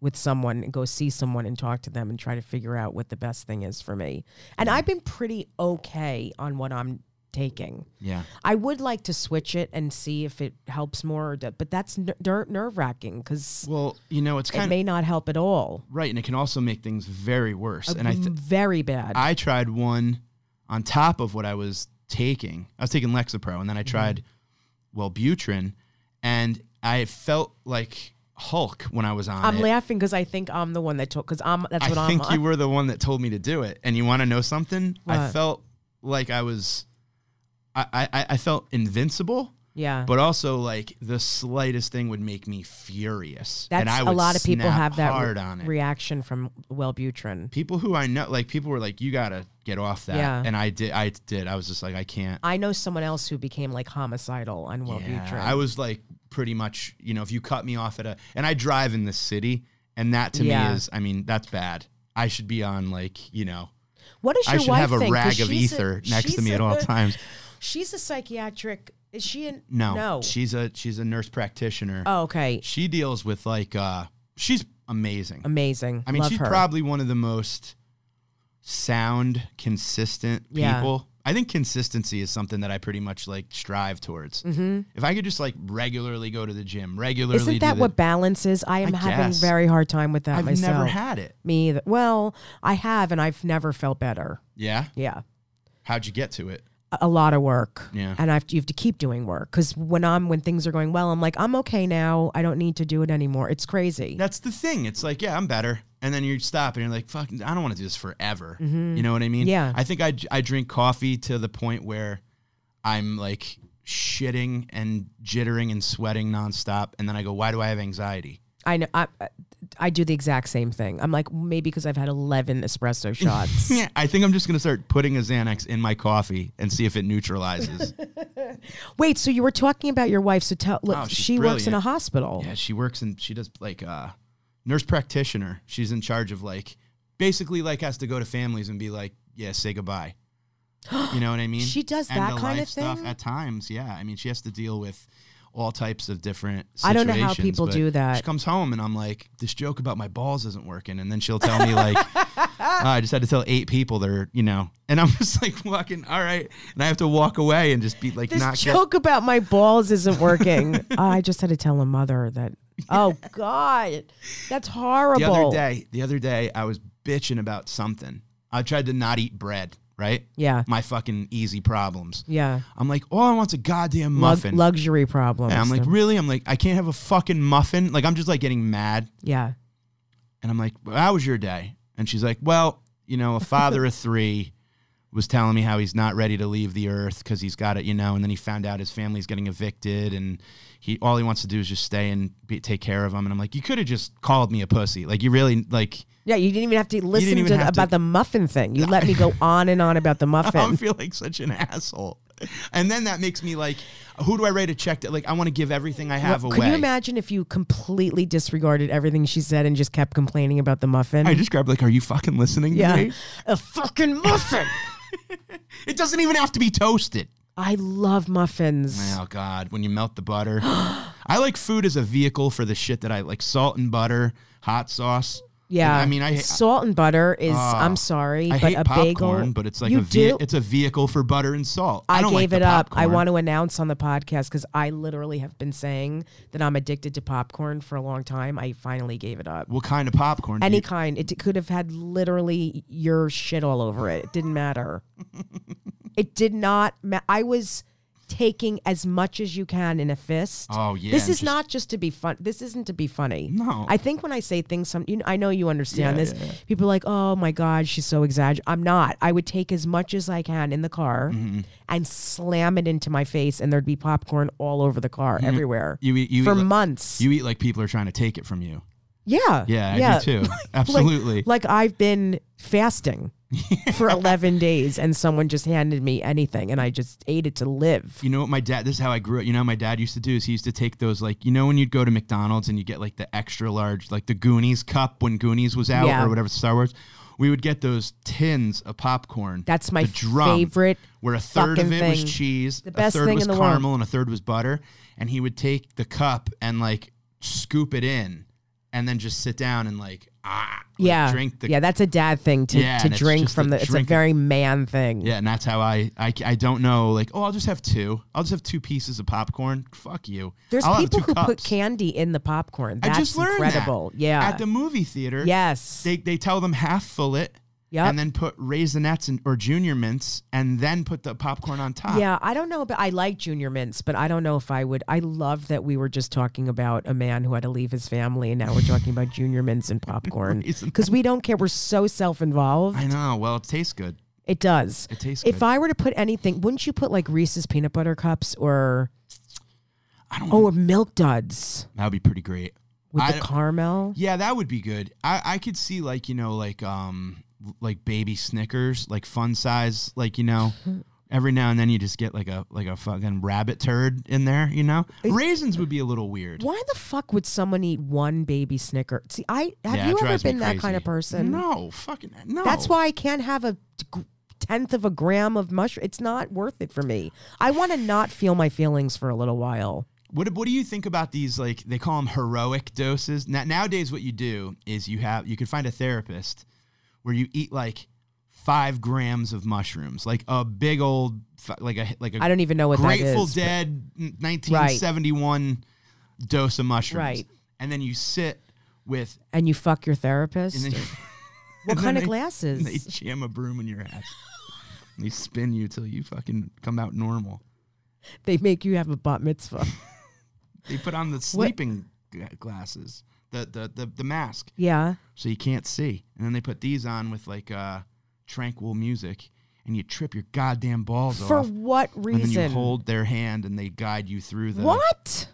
Speaker 3: with someone and go see someone and talk to them and try to figure out what the best thing is for me. And I've been pretty okay on what I'm taking.
Speaker 2: yeah,
Speaker 3: I would like to switch it and see if it helps more, or d- but that's ner- ner- nerve wracking because
Speaker 2: well, you know it's
Speaker 3: it
Speaker 2: kind of
Speaker 3: may not help at all.
Speaker 2: right, and it can also make things very worse. And I th-
Speaker 3: very bad.
Speaker 2: I tried one on top of what I was taking. I was taking Lexapro, and then I
Speaker 3: Mm-hmm.
Speaker 2: tried Wellbutrin, and I felt like Hulk when I was on
Speaker 3: I'm
Speaker 2: it.
Speaker 3: laughing because I think I'm the one that took because I'm that's what
Speaker 2: I
Speaker 3: I'm.
Speaker 2: think you
Speaker 3: on.
Speaker 2: were the one that told me to do it. And you want to know something? I
Speaker 3: What?
Speaker 2: felt like I was, I, I, I- I felt invincible,
Speaker 3: yeah,
Speaker 2: but also like the slightest thing would make me furious.
Speaker 3: that's
Speaker 2: and I
Speaker 3: a
Speaker 2: would
Speaker 3: lot of people
Speaker 2: snap
Speaker 3: have that re-
Speaker 2: hard on it.
Speaker 3: reaction from Wellbutrin.
Speaker 2: people who I know, like people were like, "You gotta get off that,"
Speaker 3: Yeah.
Speaker 2: and I did. I did. I was just like, I can't.
Speaker 3: I know someone else who became like homicidal on Wellbutrin.
Speaker 2: Yeah, I was like pretty much, you know, if you cut me off at a, and I drive in the city, and that to
Speaker 3: Yeah.
Speaker 2: me is, I mean, that's bad. I should be on like, you know,
Speaker 3: what does your
Speaker 2: I should
Speaker 3: wife
Speaker 2: have a
Speaker 3: think? 'Cause
Speaker 2: rag of
Speaker 3: she's a-
Speaker 2: ether next to
Speaker 3: she's
Speaker 2: me at
Speaker 3: a-
Speaker 2: all times.
Speaker 3: She's a psychiatric. Is she in?
Speaker 2: No,
Speaker 3: No.
Speaker 2: she's a she's a nurse practitioner.
Speaker 3: oh, okay.
Speaker 2: She deals with like uh, she's amazing.
Speaker 3: Amazing.
Speaker 2: I mean,
Speaker 3: Love
Speaker 2: she's
Speaker 3: her.
Speaker 2: probably one of the most sound, consistent
Speaker 3: Yeah.
Speaker 2: people. I think consistency is something that I pretty much like strive towards. Mm-hmm. If I could just like regularly go to the gym, regularly.
Speaker 3: Isn't
Speaker 2: do
Speaker 3: that
Speaker 2: the-
Speaker 3: what balance is? I am
Speaker 2: I
Speaker 3: having
Speaker 2: guess.
Speaker 3: very hard time with that
Speaker 2: I've
Speaker 3: myself.
Speaker 2: never had it.
Speaker 3: Me either. Well, I have, and I've never felt better.
Speaker 2: Yeah.
Speaker 3: Yeah.
Speaker 2: How'd you get to it?
Speaker 3: a- a lot of work.
Speaker 2: Yeah.
Speaker 3: And I have to, you have to keep doing work because when I'm when things are going well, I'm like I'm okay now. I don't need to do it anymore. It's crazy.
Speaker 2: That's the thing. It's like, yeah, I'm better. And then you stop and you're like, fuck, I don't want to do this forever. You know what I mean?
Speaker 3: Yeah.
Speaker 2: I think I, I drink coffee to the point where I'm like shitting and jittering and sweating nonstop. And then I go, why do I have anxiety?
Speaker 3: I know. I, I do the exact same thing. I'm like maybe because I've had 11 espresso shots.
Speaker 2: Yeah, I think I'm just going to start putting a Xanax in my coffee and see if it neutralizes.
Speaker 3: Wait, so you were talking about your wife? So tell look,
Speaker 2: Oh, she's
Speaker 3: she works in
Speaker 2: brilliant.
Speaker 3: a hospital.
Speaker 2: yeah, she works and she does like uh nurse practitioner. She's in charge of like basically like has to go to families and be like, yeah, say goodbye. You know what I mean?
Speaker 3: She does
Speaker 2: and
Speaker 3: that
Speaker 2: the
Speaker 3: kind
Speaker 2: life
Speaker 3: of
Speaker 2: stuff
Speaker 3: thing?
Speaker 2: at times. Yeah, I mean, she has to deal with all types of different. Situations,
Speaker 3: I don't know how people
Speaker 2: but
Speaker 3: do that.
Speaker 2: She comes home and I'm like, this joke about my balls isn't working, and then she'll tell me like, "Oh, I just had to tell eight people they're you know, and I'm just like walking, all right, and I have to walk away and just be like,
Speaker 3: This
Speaker 2: not get-
Speaker 3: joke about my balls isn't working. I just had to tell a mother that. Oh God, that's horrible.
Speaker 2: The other day, the other day, I was bitching about something. I tried to not eat bread, right?
Speaker 3: Yeah.
Speaker 2: My fucking easy problems.
Speaker 3: Yeah.
Speaker 2: I'm like, all I want's a goddamn
Speaker 3: Lug-
Speaker 2: muffin.
Speaker 3: luxury problems.
Speaker 2: and I'm like, really? I'm like, I can't have a fucking muffin. Like, I'm just like getting mad.
Speaker 3: yeah.
Speaker 2: And I'm like, well, how was your day? And she's like, well, you know, a father of three was telling me how he's not ready to leave the earth because he's got it, you know, and then he found out his family's getting evicted and he all he wants to do is just stay and be, take care of him. And I'm like, you could have just called me a pussy. Like, you really, like,
Speaker 3: Yeah, you didn't even have to listen
Speaker 2: even
Speaker 3: to
Speaker 2: have to-
Speaker 3: about the muffin thing. You let me go on and on about the
Speaker 2: I
Speaker 3: muffin.
Speaker 2: feel like such an asshole. And then that makes me like, who do I write a check to? Like, I want to give everything I have
Speaker 3: Well,
Speaker 2: away.
Speaker 3: Could you imagine if you completely disregarded everything she said and just kept complaining about the muffin?
Speaker 2: I just grabbed like, are you fucking listening
Speaker 3: yeah.
Speaker 2: to me?
Speaker 3: A fucking muffin.
Speaker 2: It doesn't even have to be toasted.
Speaker 3: I love muffins.
Speaker 2: Oh God, when you melt the butter. I like food as a vehicle for the shit that I like salt and butter, hot sauce.
Speaker 3: Yeah.
Speaker 2: I mean, I Ah.
Speaker 3: salt and butter is I'm sorry,
Speaker 2: I
Speaker 3: but
Speaker 2: hate
Speaker 3: a
Speaker 2: popcorn,
Speaker 3: bagel
Speaker 2: but it's like
Speaker 3: you
Speaker 2: a ve-
Speaker 3: do.
Speaker 2: it's a vehicle for butter and salt. I,
Speaker 3: I,
Speaker 2: don't
Speaker 3: gave
Speaker 2: like
Speaker 3: it
Speaker 2: the
Speaker 3: up. I
Speaker 2: popcorn.
Speaker 3: want to announce on the podcast because I literally have been saying that I'm addicted to popcorn for a long time. I finally gave it up.
Speaker 2: What kind of popcorn? do
Speaker 3: Any
Speaker 2: you-
Speaker 3: kind. It could have had literally your shit all over it. It didn't matter. it did not. Ma- I was taking as much as you can in a fist.
Speaker 2: Oh, yeah,
Speaker 3: This
Speaker 2: and
Speaker 3: is
Speaker 2: just-
Speaker 3: not just to be fun. This isn't to be funny.
Speaker 2: No.
Speaker 3: I think when I say things, some you know, I know you understand
Speaker 2: Yeah,
Speaker 3: this.
Speaker 2: yeah, yeah.
Speaker 3: People are like, oh my god, she's so exaggerated. I'm not. I would take as much as I can in the car
Speaker 2: Mm-hmm.
Speaker 3: and slam it into my face, and there'd be popcorn all over the car, everywhere.
Speaker 2: Mm-hmm. you eat- you
Speaker 3: for
Speaker 2: eat like-
Speaker 3: months.
Speaker 2: you eat like people are trying to take it from you.
Speaker 3: yeah.
Speaker 2: Yeah, I do too.
Speaker 3: Like-
Speaker 2: Absolutely.
Speaker 3: Like, I've been fasting for 11 days and someone just handed me anything and I just ate it to live.
Speaker 2: you know what my dad this is how I grew up. You know what my dad used to do is he used to take those like you know when you'd go to McDonald's and you get like the extra large like the Goonies cup when Goonies was out
Speaker 3: Yeah.
Speaker 2: or whatever Star Wars. We would get those tins of popcorn.
Speaker 3: That's my
Speaker 2: the drum,
Speaker 3: favorite
Speaker 2: Where a third of
Speaker 3: fucking
Speaker 2: it was
Speaker 3: thing.
Speaker 2: cheese,
Speaker 3: The best
Speaker 2: a third
Speaker 3: thing
Speaker 2: was
Speaker 3: in the world.
Speaker 2: caramel, and a third was butter. And he would take the cup and like scoop it in, and then just sit down and like ah like,
Speaker 3: yeah.
Speaker 2: drink the
Speaker 3: yeah, that's a dad thing to,
Speaker 2: Yeah,
Speaker 3: to
Speaker 2: and it's
Speaker 3: drink
Speaker 2: just
Speaker 3: from
Speaker 2: the
Speaker 3: the, it's a
Speaker 2: drink-
Speaker 3: very man thing.
Speaker 2: Yeah, and that's how I, I I don't know like oh I'll just have two I'll just have two pieces of popcorn fuck you
Speaker 3: There's
Speaker 2: I'll have
Speaker 3: people
Speaker 2: two
Speaker 3: who put
Speaker 2: cups.
Speaker 3: candy in the popcorn. That's
Speaker 2: I just learned
Speaker 3: incredible.
Speaker 2: that
Speaker 3: Yeah.
Speaker 2: at the movie theater
Speaker 3: yes.
Speaker 2: they they tell them half fill it
Speaker 3: Yep.
Speaker 2: and then put raisinettes and or junior mints and then put the popcorn on top
Speaker 3: Yeah, I don't know, but I like Junior Mints, but I don't know if I would. I love that we were just talking about a man who had to leave his family, and now we're talking about Junior Mints and popcorn
Speaker 2: Isn't-
Speaker 3: because we don't care. We're so self-involved.
Speaker 2: I know well it tastes good
Speaker 3: It does.
Speaker 2: It tastes
Speaker 3: If
Speaker 2: good.
Speaker 3: I were to put anything, wouldn't you put like Reese's peanut butter cups or
Speaker 2: I don't
Speaker 3: oh, or milk duds
Speaker 2: that would be pretty great
Speaker 3: with
Speaker 2: I
Speaker 3: the
Speaker 2: don't-
Speaker 3: caramel?
Speaker 2: yeah that would be good I I could see like you know like um like baby Snickers like fun size like you know. Every now and then you just get like a like a fucking rabbit turd in there, you know. Raisins would be a little weird.
Speaker 3: Why the fuck would someone eat one baby Snicker? See, I have
Speaker 2: Yeah, it
Speaker 3: you ever
Speaker 2: drives me
Speaker 3: been that kind of
Speaker 2: crazy.
Speaker 3: person?
Speaker 2: No, fucking no.
Speaker 3: That's why I can't have a g- tenth of a gram of mushroom. It's not worth it for me. I want to not feel my feelings for a little while.
Speaker 2: What What do you think about these? Like they call them heroic doses. Now, nowadays, what you do is you have you can find a therapist where you eat like five grams of mushrooms, like a big old, fi- like a like a
Speaker 3: I don't even know what
Speaker 2: Grateful
Speaker 3: that is.
Speaker 2: Dead n- 1971 dose of mushrooms,
Speaker 3: Right.
Speaker 2: And then you sit with
Speaker 3: and you fuck your therapist.
Speaker 2: and then,
Speaker 3: what
Speaker 2: and
Speaker 3: kind
Speaker 2: then
Speaker 3: of
Speaker 2: they- and they
Speaker 3: glasses?
Speaker 2: jam a broom in your ass. And they spin you till you fucking come out normal.
Speaker 3: They make you have a bat mitzvah.
Speaker 2: They put on the sleeping g- glasses, the, the the the mask,
Speaker 3: yeah.
Speaker 2: so you can't see. And then they put these on with like uh, tranquil music, and you trip your goddamn balls
Speaker 3: For
Speaker 2: off.
Speaker 3: what
Speaker 2: and then
Speaker 3: reason?
Speaker 2: you hold their hand, and they guide you through the
Speaker 3: what?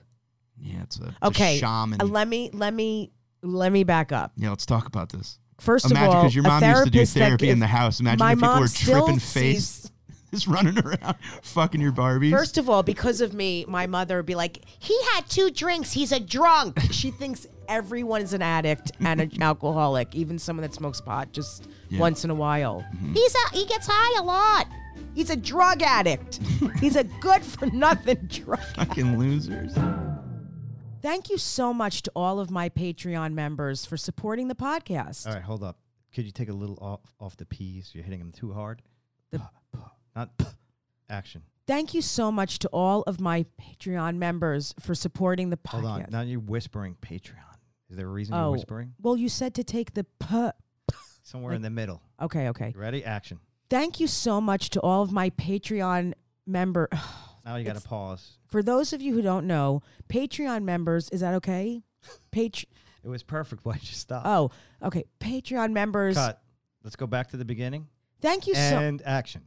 Speaker 2: Yeah, it's a, it's a
Speaker 3: Okay.
Speaker 2: shaman.
Speaker 3: uh, let me let me let me back up.
Speaker 2: yeah, let's talk about this.
Speaker 3: First
Speaker 2: Imagine
Speaker 3: of all,
Speaker 2: your
Speaker 3: a
Speaker 2: mom used to do
Speaker 3: therapist that
Speaker 2: therapy in
Speaker 3: give-
Speaker 2: the house. Imagine
Speaker 3: my
Speaker 2: if people
Speaker 3: mom
Speaker 2: were
Speaker 3: still
Speaker 2: tripping face,
Speaker 3: sees-
Speaker 2: just running around, fucking your Barbies.
Speaker 3: First of all, because of me, my mother would be like, "He had two drinks. He's a drunk." She thinks everyone is an addict and an alcoholic, even someone that smokes pot just
Speaker 2: Yeah. Mm-hmm.
Speaker 3: once in a while.
Speaker 1: He's a, he gets high a lot.
Speaker 3: He's a drug addict. He's a good for nothing drug.
Speaker 2: fucking losers.
Speaker 3: Thank you so much to all of my Patreon members for supporting the podcast.
Speaker 4: All right, hold up. Could you take a little off off the P's? You're hitting them too hard.
Speaker 3: The-
Speaker 4: Not action.
Speaker 3: Thank you so much to all of my Patreon members for supporting the podcast.
Speaker 4: Hold on. Now you're whispering Patreon. Is there a reason
Speaker 3: Oh.
Speaker 4: you're whispering?
Speaker 3: Well, you said to take the p.
Speaker 4: Somewhere in the middle.
Speaker 3: Okay, okay.
Speaker 4: You ready? Action.
Speaker 3: Thank you so much to all of my Patreon member.
Speaker 4: Now you got to pause.
Speaker 3: For those of you who don't know, Patreon members, is that okay? Patr
Speaker 4: It was perfect. Why'd you stop?
Speaker 3: Oh, okay. Patreon members.
Speaker 4: Cut. Let's go back to the beginning
Speaker 3: Thank you so
Speaker 4: and action.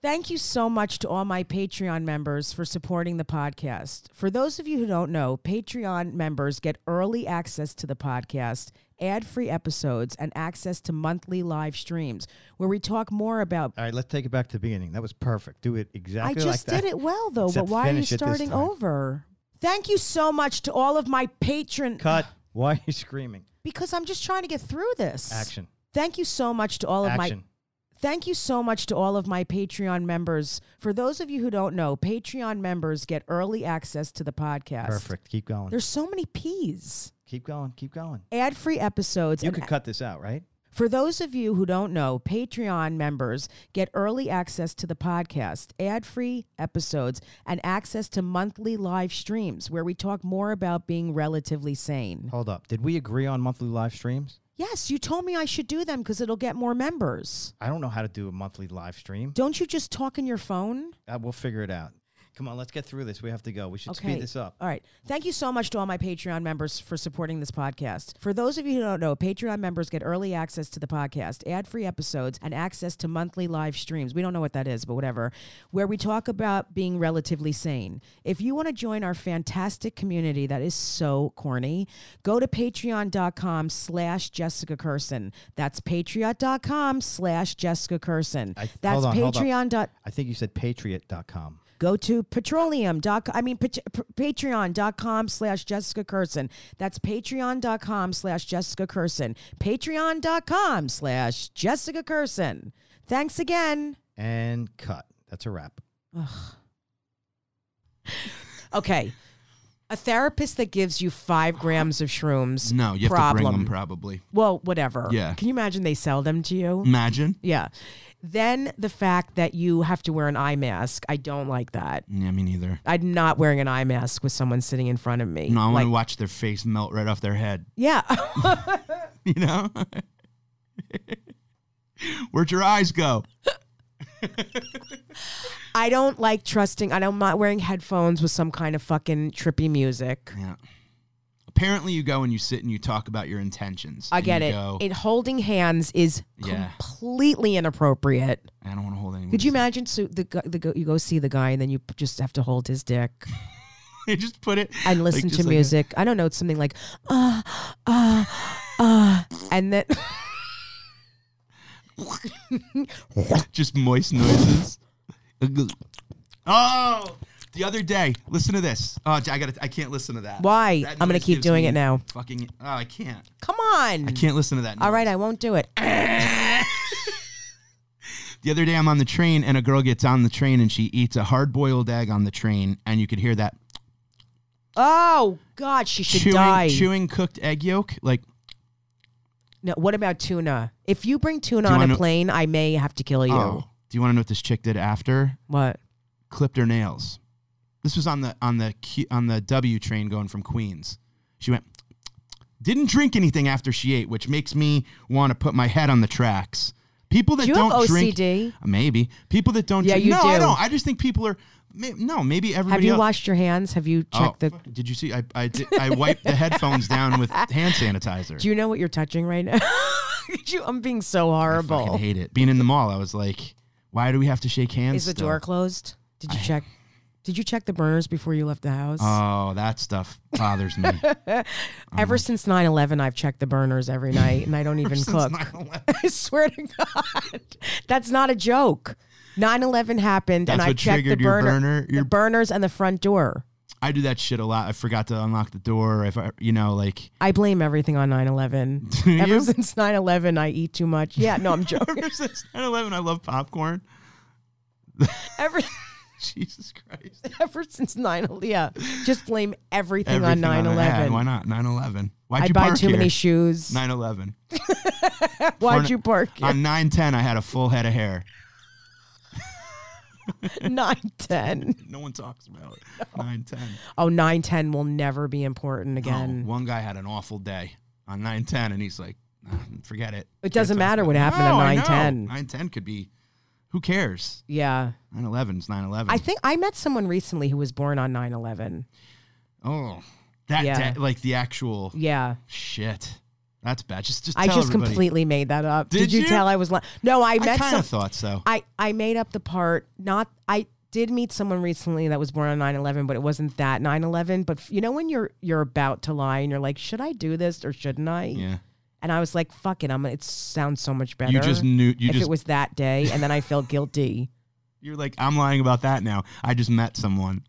Speaker 3: Thank you so much to all my Patreon members for supporting the podcast. For those of you who don't know, Patreon members get early access to the podcast, ad free episodes, and access to monthly live streams where we talk more about.
Speaker 4: All right, let's take it back to the beginning. That was perfect. Do it exactly
Speaker 3: I
Speaker 4: like
Speaker 3: just
Speaker 4: that.
Speaker 3: did it well, though, but
Speaker 4: Except
Speaker 3: why are you
Speaker 4: finish it this
Speaker 3: starting
Speaker 4: time.
Speaker 3: over? Thank you so much to all of my patron.
Speaker 4: Cut. Why are you screaming?
Speaker 3: Because I'm just trying to get through this.
Speaker 4: Action.
Speaker 3: Thank you so much to all of my
Speaker 4: Action.
Speaker 3: Thank you so much to all of my Patreon members. For those of you who don't know, Patreon members get early access to the podcast.
Speaker 4: Perfect. Keep going.
Speaker 3: There's so many P's.
Speaker 4: keep going. Keep going.
Speaker 3: Ad free episodes.
Speaker 4: You
Speaker 3: and
Speaker 4: could cut this out, right?
Speaker 3: for those of you who don't know, Patreon members get early access to the podcast, ad free episodes, and access to monthly live streams where we talk more about being relatively sane.
Speaker 4: Hold up. Did we agree on monthly live streams?
Speaker 3: Yes, you told me I should do them because it'll get more members.
Speaker 4: I don't know how to do a monthly live stream.
Speaker 3: Don't you just talk in your phone?
Speaker 4: Uh, we'll figure it out. Come on, let's get through this. We have to go. We should speed this up.
Speaker 3: All right. Thank you so much to all my Patreon members for supporting this podcast. For those of you who don't know, Patreon members get early access to the podcast, ad free episodes, and access to monthly live streams. We don't know what that is, but whatever, where we talk about being relatively sane. If you want to join our fantastic community that is so corny, go to patreon.com slash Jessica Curson. That's patreon.com slash Jessica Curson.
Speaker 4: I-
Speaker 3: That's
Speaker 4: hold on, hold up.
Speaker 3: patreon. dot
Speaker 4: I think you said patriot.com.
Speaker 3: go to petroleum.com i mean pat- p- patreon.com slash jessica curson that's patreon.com slash jessica curson patreon.com slash jessica curson thanks again
Speaker 4: And cut. That's a wrap.
Speaker 3: okay a therapist that gives you five grams of shrooms
Speaker 2: No, you have
Speaker 3: problem.
Speaker 2: to bring them probably.
Speaker 3: well whatever
Speaker 2: Yeah.
Speaker 3: can you imagine they sell them to you
Speaker 2: Imagine.
Speaker 3: yeah then the fact that you have to wear an eye mask i don't like that
Speaker 2: Yeah, me neither.
Speaker 3: i'm not wearing an eye mask with someone sitting in front of me
Speaker 2: No, I want
Speaker 3: like,
Speaker 2: to watch their face melt right off their head.
Speaker 3: yeah
Speaker 2: You know, where'd your eyes go?
Speaker 3: I don't like trusting. I don't, I'm not wearing headphones with some kind of fucking trippy music.
Speaker 2: Yeah. Apparently, you go and you sit and you talk about your intentions.
Speaker 3: I
Speaker 2: and
Speaker 3: get
Speaker 2: you
Speaker 3: it.
Speaker 2: go,
Speaker 3: It holding hands is
Speaker 2: Yeah.
Speaker 3: completely inappropriate.
Speaker 2: I don't want to hold anyone.
Speaker 3: Could you imagine? So the, gu- the gu- you go see the guy and then you p- just have to hold his dick
Speaker 2: just put it
Speaker 3: and
Speaker 2: like,
Speaker 3: listen
Speaker 2: just
Speaker 3: to
Speaker 2: like a-
Speaker 3: music. I I don't know. It's something like ah ah ah, and then
Speaker 2: just moist noises. oh, the other day, listen to this. Oh, I got. to I can't listen to that.
Speaker 3: Why?
Speaker 2: That
Speaker 3: I'm gonna
Speaker 2: noise
Speaker 3: keep
Speaker 2: gives
Speaker 3: doing
Speaker 2: me
Speaker 3: it now.
Speaker 2: Fucking. Oh, I can't.
Speaker 3: come on.
Speaker 2: I can't listen to that.
Speaker 3: All
Speaker 2: noise.
Speaker 3: right, I won't do it.
Speaker 2: The other day, I'm on the train and a girl gets on the train and she eats a hard-boiled egg on the train, and you could hear that
Speaker 3: Oh God, she should
Speaker 2: chewing,
Speaker 3: die.
Speaker 2: chewing cooked egg yolk. Like
Speaker 3: No, what about tuna? If you bring tuna
Speaker 2: Do you
Speaker 3: on a
Speaker 2: wanna- Oh.
Speaker 3: plane, I may have to kill you.
Speaker 2: Do you want to know what this chick did after?
Speaker 3: What?
Speaker 2: Clipped her nails. This was on the on the Q, on the W train going from Queens. She went didn't drink anything after she ate, which makes me want to put my head on the tracks. People that
Speaker 3: Do you have
Speaker 2: not
Speaker 3: OCD?
Speaker 2: drink uh, maybe people that don't
Speaker 3: Yeah,
Speaker 2: drink
Speaker 3: you
Speaker 2: no, I
Speaker 3: do.
Speaker 2: don't. I just think people are may, no, maybe everybody
Speaker 3: Have you
Speaker 2: else.
Speaker 3: washed your hands? Have you
Speaker 2: Oh,
Speaker 3: checked the?
Speaker 2: did you see? I I, did, I wiped the headphones down with hand sanitizer.
Speaker 3: Do you know what you're touching right now? you, I'm being so
Speaker 2: I
Speaker 3: horrible.
Speaker 2: fucking hate it. Being in the mall, I was like, why do we have to shake hands?
Speaker 3: Is the
Speaker 2: still?
Speaker 3: door closed? Did you check? Did you check the burners before you left the house?
Speaker 2: Oh, that stuff bothers me.
Speaker 3: Ever since 9/11, I've checked the burners every night, and I don't even cook. I swear to God, that's not a joke. 9/11 happened, and
Speaker 2: That's
Speaker 3: I
Speaker 2: what
Speaker 3: checked the
Speaker 2: triggered your
Speaker 3: burner,
Speaker 2: burner-
Speaker 3: the
Speaker 2: your-
Speaker 3: burners, and the front door.
Speaker 2: I do that shit a lot. I forgot to unlock the door. If I, you know, like
Speaker 3: I blame everything on 9/11.
Speaker 2: Do
Speaker 3: Ever
Speaker 2: you?
Speaker 3: since 9/11, I eat too much. Yeah, no, I'm joking.
Speaker 2: ever since 9/11, I love popcorn.
Speaker 3: Every,
Speaker 2: Jesus Christ!
Speaker 3: ever since 9/11, yeah, just blame everything,
Speaker 2: Everything
Speaker 3: on 9/11.
Speaker 2: that. Yeah, why not 9/11? Why'd
Speaker 3: I
Speaker 2: you
Speaker 3: buy
Speaker 2: park
Speaker 3: too
Speaker 2: here?
Speaker 3: many shoes.
Speaker 2: 9/11.
Speaker 3: Why'd
Speaker 2: for-
Speaker 3: you park? here?
Speaker 2: On 9/10, I had a full head of hair.
Speaker 3: Nine ten.
Speaker 2: No one talks about it. 9/10.
Speaker 3: Oh, nine ten will never be important
Speaker 2: Oh,
Speaker 3: again.
Speaker 2: one guy had an awful day on 9/10, and he's like, "Ah, forget it.
Speaker 3: It doesn't
Speaker 2: Can't talk
Speaker 3: matter
Speaker 2: about
Speaker 3: what
Speaker 2: it."
Speaker 3: happened on
Speaker 2: no,
Speaker 3: 9/10.
Speaker 2: 9/10 could be. Who cares?
Speaker 3: yeah,
Speaker 2: 9/11 is 9/11.
Speaker 3: I think I met someone recently who was born on 9-11.
Speaker 2: Oh, that
Speaker 3: Yeah.
Speaker 2: da- like the actual
Speaker 3: Yeah,
Speaker 2: shit. That's bad. Just just
Speaker 3: I
Speaker 2: tell
Speaker 3: just
Speaker 2: everybody.
Speaker 3: completely made that up. Did,
Speaker 2: Did
Speaker 3: you,
Speaker 2: you?
Speaker 3: tell I was lying? No, I
Speaker 2: I
Speaker 3: met
Speaker 2: kind
Speaker 3: some.
Speaker 2: of thought so.
Speaker 3: I I made up the part. Not I did meet someone recently that was born on 9-11, but it wasn't that 9-11. But f- you know when you're you're about to lie and you're like, should I do this or shouldn't I?
Speaker 2: yeah.
Speaker 3: And I was like, fuck it, I'm. It sounds so much better.
Speaker 2: You just knew. You
Speaker 3: if
Speaker 2: just
Speaker 3: it was that day, and then I felt guilty.
Speaker 2: you're like I'm lying about that now. I just met someone.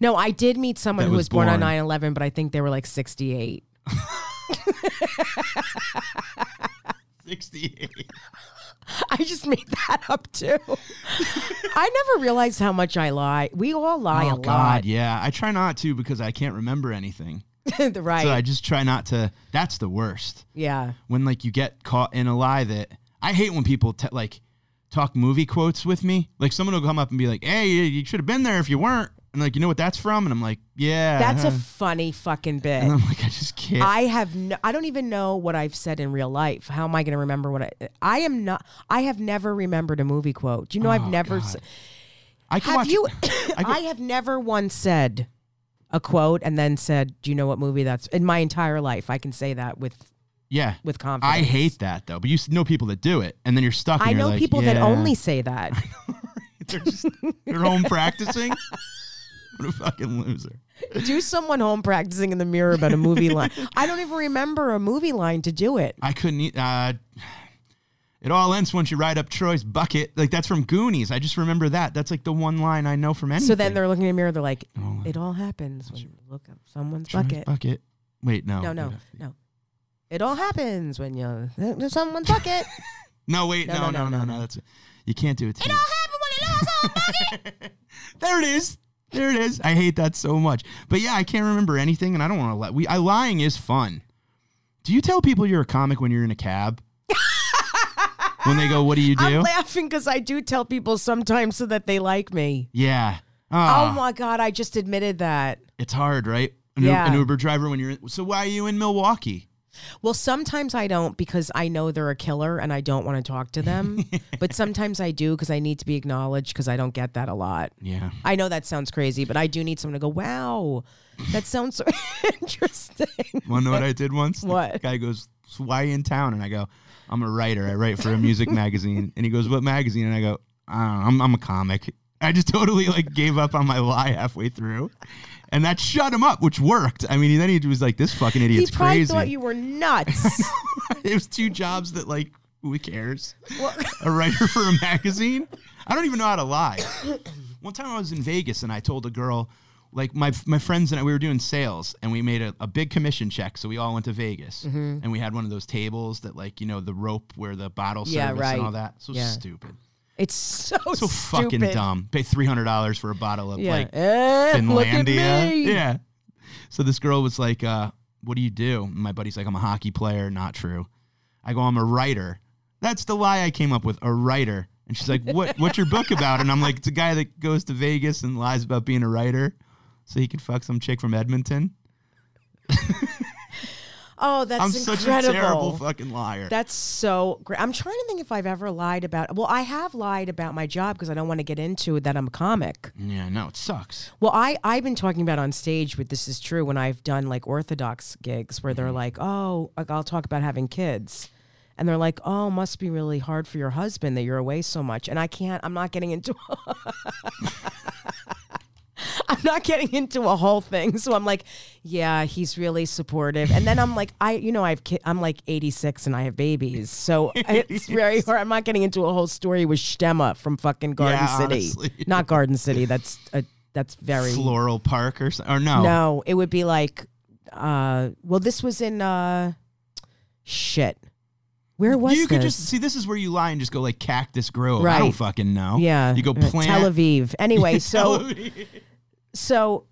Speaker 3: No, I did meet someone
Speaker 2: That
Speaker 3: who was,
Speaker 2: was
Speaker 3: born, on
Speaker 2: born.
Speaker 3: 9 11, but I think they were like 68.
Speaker 2: 68.
Speaker 3: I just made that up too. I never realized how much I lie. We all lie
Speaker 2: oh
Speaker 3: a
Speaker 2: God, yeah. I try not to because I can't remember anything.
Speaker 3: lot. right.
Speaker 2: So I just try not to. That's the worst.
Speaker 3: yeah.
Speaker 2: When like you get caught in a lie that I hate when people te- like talk movie quotes with me. Like someone will come up and be like, "Hey, you, you should have been there if you weren't." And like, you know what that's from? And I'm like, "Yeah."
Speaker 3: That's a
Speaker 2: huh."
Speaker 3: funny fucking bit.
Speaker 2: And I'm like, I just can't.
Speaker 3: I have no, I don't even know what I've said in real life. How am I going to remember what I I am not I have never remembered a movie quote. You know I've
Speaker 2: Oh,
Speaker 3: never
Speaker 2: God.
Speaker 3: s-
Speaker 2: I can
Speaker 3: Have
Speaker 2: watch-
Speaker 3: you I,
Speaker 2: I could-
Speaker 3: have never once said a quote and then said, "Do you know what movie that's in my entire life?" I can say that with
Speaker 2: Yeah.
Speaker 3: with confidence.
Speaker 2: I hate that though, but you s- know people that do it, and then you're stuck. And
Speaker 3: I
Speaker 2: you're
Speaker 3: know
Speaker 2: like,
Speaker 3: people that
Speaker 2: "Yeah."
Speaker 3: only say that.
Speaker 2: they're just they're home practicing. What a fucking loser!
Speaker 3: do someone home practicing in the mirror about a movie line. I don't even remember a movie line to do it.
Speaker 2: I couldn't. eat- Uh, it all ends once you ride up Troy's bucket. Like that's from Goonies. I just remember that. That's like the one line I know from anything.
Speaker 3: So then they're looking in the mirror. They're like,
Speaker 2: Oh,
Speaker 3: "It all happens when you look at someone's
Speaker 2: Troy's
Speaker 3: bucket."
Speaker 2: bucket. Wait, no.
Speaker 3: No, no,
Speaker 2: it'd have to be-
Speaker 3: no. It all happens when you look at someone's bucket.
Speaker 2: No, wait, no,
Speaker 3: No,
Speaker 2: no, no, no.
Speaker 3: no.
Speaker 2: That's it. You can't do it. To
Speaker 1: It
Speaker 2: me.
Speaker 1: all happened when I lost all my
Speaker 2: there it is. There it is. I hate that so much. But yeah, I can't remember anything, and I don't want to let. We I lying is fun. Do you tell people you're a comic when you're in a cab? when they go, "What do you do?"
Speaker 3: I'm laughing because I do tell people sometimes so that they like me.
Speaker 2: yeah. Ah,
Speaker 3: Oh my god, I just admitted that.
Speaker 2: it's hard, right? An, U-
Speaker 3: Yeah.
Speaker 2: an Uber driver when you're. In, so why are you in Milwaukee?
Speaker 3: Well, sometimes I don't because I know they're a killer and I don't want to talk to them. but sometimes I do because I need to be acknowledged because I don't get that a lot.
Speaker 2: Yeah.
Speaker 3: I know that sounds crazy, but I do need someone to go, wow, that sounds so interesting.
Speaker 2: Want to know what I did once? The
Speaker 3: What?
Speaker 2: guy goes, so "Why you in town?" And I go, "I'm a writer. I write for a music magazine." And he goes, "What magazine?" And I go, "I don't know. I'm I'm a comic." I just totally like gave up on my lie halfway through, and that shut him up, which worked. I mean, then he was like, "This fucking
Speaker 3: He
Speaker 2: idiot's
Speaker 3: probably
Speaker 2: crazy."
Speaker 3: thought you were nuts.
Speaker 2: it was two jobs that like who cares?
Speaker 3: Well-
Speaker 2: a writer for a magazine? I don't even know how to lie. One time I was in Vegas and I told a girl, like my my friends and I, we were doing sales and we made a, a big commission check, so we all went to Vegas
Speaker 3: Mm-hmm.
Speaker 2: and we had one of those tables that like you know the rope where the bottle service
Speaker 3: Yeah, right.
Speaker 2: and all that. So
Speaker 3: Yeah.
Speaker 2: stupid,
Speaker 3: it's so,
Speaker 2: so
Speaker 3: stupid.
Speaker 2: fucking dumb. Pay three hundred dollars for a bottle of
Speaker 3: Yeah.
Speaker 2: like
Speaker 3: Eh, look at
Speaker 2: Finlandia.
Speaker 3: me.
Speaker 2: Yeah. So this girl was like, uh, "What do you do?" And my buddy's like, "I'm a hockey player." Not true. I go, I'm a writer. That's the lie I came up with, a writer. And she's like, what, what's your book about? And I'm like, it's a guy that goes to Vegas and lies about being a writer so he could fuck some chick from Edmonton.
Speaker 3: Oh, that's
Speaker 2: I'm
Speaker 3: incredible.
Speaker 2: such a terrible fucking liar.
Speaker 3: That's so great. I'm trying to think if I've ever lied about. Well, I have lied about my job because I don't want to get into that I'm a comic.
Speaker 2: yeah, no, it sucks.
Speaker 3: Well, I I've been talking about on stage with this is true when I've done like orthodox gigs where
Speaker 2: Mm-hmm.
Speaker 3: they're like, "Oh, like I'll talk about having kids." And they're like, "Oh, must be really hard for your husband that you're away so much." And I can't I'm not getting into I'm not getting into a whole thing. So I'm like, "Yeah, he's really supportive." And then I'm like, "I you know, I've ki- I'm like 86 and I have babies." So it's very hard. I'm not getting into a whole story with Stemma from fucking Garden
Speaker 2: Yeah,
Speaker 3: City.
Speaker 2: honestly.
Speaker 3: Not Garden City. That's a that's very
Speaker 2: Floral Park or something. Or no.
Speaker 3: no, it would be like, uh, well, this was in, uh, shit. Where was
Speaker 2: you could
Speaker 3: this?
Speaker 2: just see this is where you lie and just go like Cactus Grove. I
Speaker 3: Right.
Speaker 2: don't fucking know.
Speaker 3: yeah,
Speaker 2: You go
Speaker 3: uh,
Speaker 2: plant
Speaker 3: Tel Aviv.
Speaker 2: Tel
Speaker 3: Anyway, so
Speaker 2: Aviv.
Speaker 3: so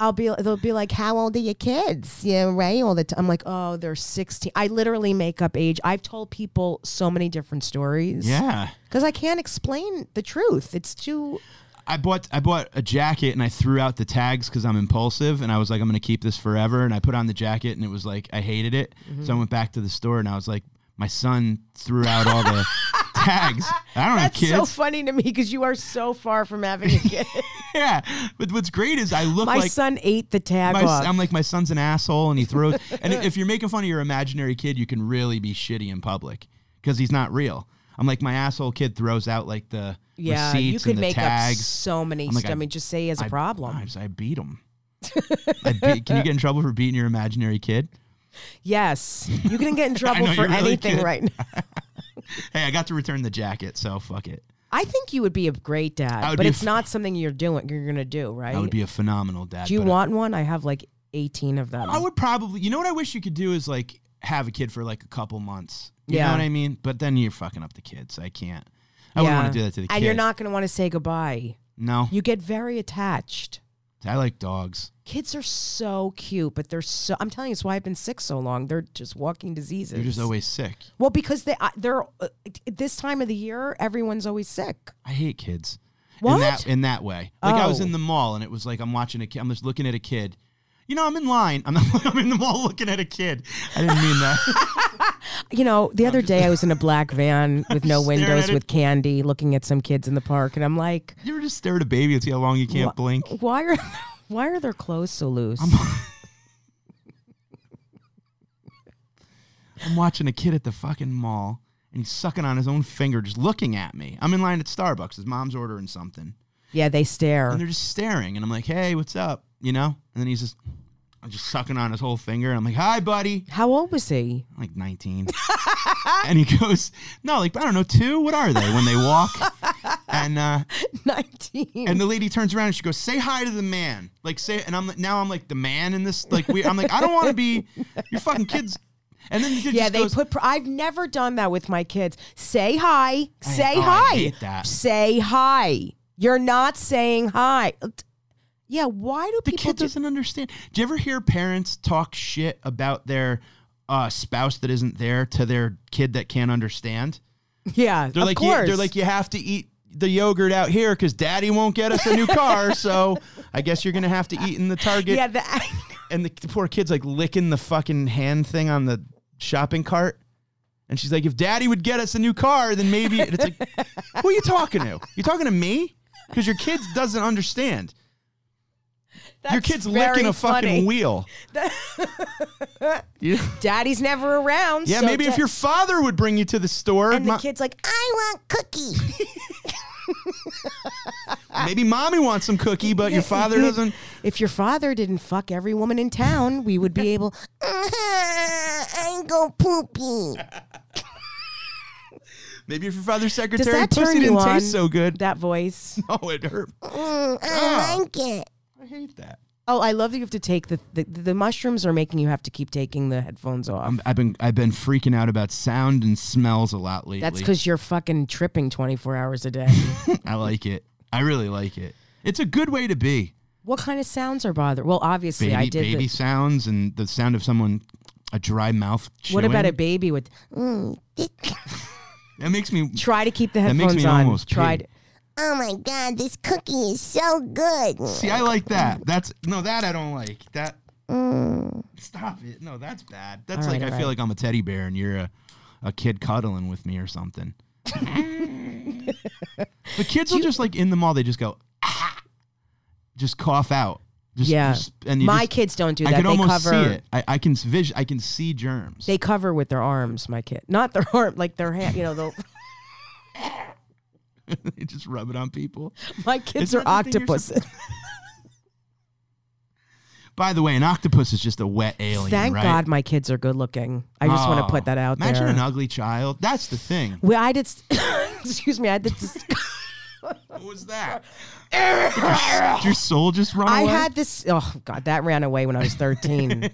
Speaker 3: I'll be they'll be like, how old are your kids? Yeah, right. All the time. I'm like, oh, they're 16. I literally make up age. I've told people so many different stories.
Speaker 2: Yeah.
Speaker 3: because I can't explain the truth. It's too.
Speaker 2: I bought I bought a jacket and I threw out the tags because I'm impulsive and I was like I'm gonna keep this forever and I put on the jacket and it was like I hated it
Speaker 3: Mm-hmm.
Speaker 2: so I went back to the store and I was like my son threw out all the tags I don't
Speaker 3: That's
Speaker 2: have
Speaker 3: so
Speaker 2: kids
Speaker 3: funny to me because you are so far from having a kid.
Speaker 2: yeah but what's great is I look
Speaker 3: My
Speaker 2: like
Speaker 3: son ate the tag
Speaker 2: my,
Speaker 3: off.
Speaker 2: I'm like my son's an asshole and he throws and if you're making fun of your imaginary kid you can really be shitty in public because he's not real I'm like my asshole kid throws out like the
Speaker 3: Yeah,
Speaker 2: receipts
Speaker 3: you could
Speaker 2: and the
Speaker 3: make up
Speaker 2: tags
Speaker 3: so many.
Speaker 2: I'm like,
Speaker 3: st-
Speaker 2: I-
Speaker 3: I mean, just say he has a
Speaker 2: I-
Speaker 3: problem.
Speaker 2: I, I beat him. I beat, can you get in trouble for beating your imaginary kid?
Speaker 3: yes, you can get in trouble
Speaker 2: know
Speaker 3: for
Speaker 2: you really
Speaker 3: anything
Speaker 2: could.
Speaker 3: right now.
Speaker 2: Hey, I got to return the jacket, so fuck it.
Speaker 3: I think you would be a great
Speaker 2: I
Speaker 3: dad,
Speaker 2: would
Speaker 3: but
Speaker 2: be a
Speaker 3: it's
Speaker 2: f-
Speaker 3: not something you're doing. You're gonna do right.
Speaker 2: I would be a phenomenal dad.
Speaker 3: do you
Speaker 2: but uh,
Speaker 3: want one? I have like 18 of them.
Speaker 2: I, I would probably. You know what I wish you could do is like have a kid for like a couple months. You
Speaker 3: Yeah.
Speaker 2: know what I mean? But then you're fucking up the kids. I can't. I wouldn't want to do that to the kid.
Speaker 3: And you're not gonna want to say goodbye.
Speaker 2: No,
Speaker 3: You get very attached.
Speaker 2: I like dogs.
Speaker 3: Kids are so cute, but they're so. I'm telling you, it's why I've been sick so long. They're just walking diseases.
Speaker 2: You're just always sick.
Speaker 3: well because they I- they're uh, this time of the year everyone's always sick.
Speaker 2: I hate kids.
Speaker 3: What?
Speaker 2: In that, in that way. Like I was
Speaker 3: Oh.
Speaker 2: in the mall and it was like I'm watching a kid. I'm just looking at a kid. You know, I'm in line. I'm, I'm in the mall looking at a kid. I didn't mean that.
Speaker 3: You know, the other day I was in a black van with no
Speaker 2: staring
Speaker 3: windows
Speaker 2: at it.
Speaker 3: with candy looking at some kids in the park and I'm like,
Speaker 2: You ever just stare at a baby and see how long you can't
Speaker 3: Wha-
Speaker 2: blink?
Speaker 3: why are why are their clothes so loose?
Speaker 2: I'm watching a kid at the fucking mall and he's sucking on his own finger, just looking at me. I'm in line at Starbucks. His mom's ordering something.
Speaker 3: yeah, they stare.
Speaker 2: And they're just staring. And I'm like, hey, what's up? You know? And then he's just, I'm just sucking on his whole finger. And I'm like, hi, buddy.
Speaker 3: How old was he?
Speaker 2: I'm like 19. and he goes, no, like, I don't know, two? What are they when they walk? and, uh,
Speaker 3: 19.
Speaker 2: And the lady turns around and she goes, "Say hi to the man." Like say, and I'm like, now I'm like the man in this. Like we, I'm like, I don't want to be your fucking kids. And then the kid
Speaker 3: yeah,
Speaker 2: just
Speaker 3: they
Speaker 2: goes,
Speaker 3: put. Pr- I've never done that with my kids. Say hi. Say
Speaker 2: oh, I
Speaker 3: hi.
Speaker 2: hate that.
Speaker 3: Say hi. You're not saying hi. Yeah, why do
Speaker 2: the
Speaker 3: people
Speaker 2: kid
Speaker 3: do?
Speaker 2: doesn't understand. Do you ever hear parents talk shit about their uh, spouse that isn't there to their kid that can't understand?
Speaker 3: Yeah,
Speaker 2: They're
Speaker 3: of
Speaker 2: like,
Speaker 3: course.
Speaker 2: You, they're like, you have to eat the yogurt out here because daddy won't get us a new car. so I guess you're gonna have to eat in the Target.
Speaker 3: yeah, the-
Speaker 2: and the, the poor kid's like licking the fucking hand thing on the shopping cart. And she's like, if daddy would get us a new car, then maybe. And it's like, who are you talking to? You talking to me? Because your kid doesn't understand. your
Speaker 3: that's
Speaker 2: kid's
Speaker 3: very
Speaker 2: licking a fucking
Speaker 3: funny.
Speaker 2: wheel. You-
Speaker 3: Daddy's never around.
Speaker 2: yeah,
Speaker 3: so
Speaker 2: maybe
Speaker 3: da-
Speaker 2: if your father would bring you to the store,
Speaker 3: and the
Speaker 2: mo-
Speaker 3: kid's like,
Speaker 1: I want cookie.
Speaker 2: maybe mommy wants some cookie, but your father doesn't.
Speaker 3: If your father didn't fuck every woman in town, we would be able.
Speaker 1: I'm go poopy.
Speaker 2: Maybe if your father's
Speaker 3: Does
Speaker 2: secretary
Speaker 3: that turn
Speaker 2: pussy
Speaker 3: you
Speaker 2: didn't
Speaker 3: on?
Speaker 2: taste so good.
Speaker 3: That voice.
Speaker 2: Oh, it hurt.
Speaker 1: Mm, I like it.
Speaker 2: I hate that.
Speaker 3: Oh, I love that you have to take the the, the mushrooms are making you have to keep taking the headphones off.
Speaker 2: I'm, I've been I've been freaking out about sound and smells a lot lately.
Speaker 3: That's because you're fucking tripping 24 hours a day.
Speaker 2: I like it. I really like it. It's a good way to be.
Speaker 3: what kind of sounds are bothering? Well, obviously
Speaker 2: Baby,
Speaker 3: I did.
Speaker 2: baby
Speaker 3: the-
Speaker 2: sounds and the sound of someone a dry mouth. Chewing.
Speaker 3: What about a baby with?
Speaker 1: Mm.
Speaker 2: That makes me.
Speaker 3: Try to keep the
Speaker 2: That
Speaker 3: headphones
Speaker 2: makes me
Speaker 3: on.
Speaker 2: almost pee.
Speaker 3: Tried.
Speaker 1: Oh my god, this cookie is so good.
Speaker 2: See, I like that. That's no, that I don't like. That
Speaker 1: Mm.
Speaker 2: stop it. No, that's bad. That's
Speaker 3: All right,
Speaker 2: like I
Speaker 3: all
Speaker 2: feel
Speaker 3: right.
Speaker 2: like I'm a teddy bear and you're a, a kid cuddling with me or something. but kids will just like in the mall. They just go, "Ah," just cough out. Just,
Speaker 3: Yeah.
Speaker 2: just- and you
Speaker 3: My
Speaker 2: just-
Speaker 3: kids don't do
Speaker 2: I
Speaker 3: that.
Speaker 2: can
Speaker 3: they
Speaker 2: almost
Speaker 3: cover.
Speaker 2: see it. I, I can s- vision. I can see germs.
Speaker 3: They cover with their arms. My kid, not their arm, like their hand. You know, they'll-
Speaker 2: they just rub it on people.
Speaker 3: my kids
Speaker 2: Isn't
Speaker 3: are
Speaker 2: that the thing you're
Speaker 3: octopuses.
Speaker 2: By the way, an octopus is just a wet alien.
Speaker 3: Thank
Speaker 2: right?
Speaker 3: God my kids are good looking. I just want to
Speaker 2: Oh,
Speaker 3: put that out
Speaker 2: Imagine
Speaker 3: there.
Speaker 2: an ugly child. That's the thing.
Speaker 3: Well, I did. excuse me. I did.
Speaker 2: What was that? did, your, did your soul just run
Speaker 3: I
Speaker 2: away?
Speaker 3: had this. Oh God, that ran away when I was thirteen.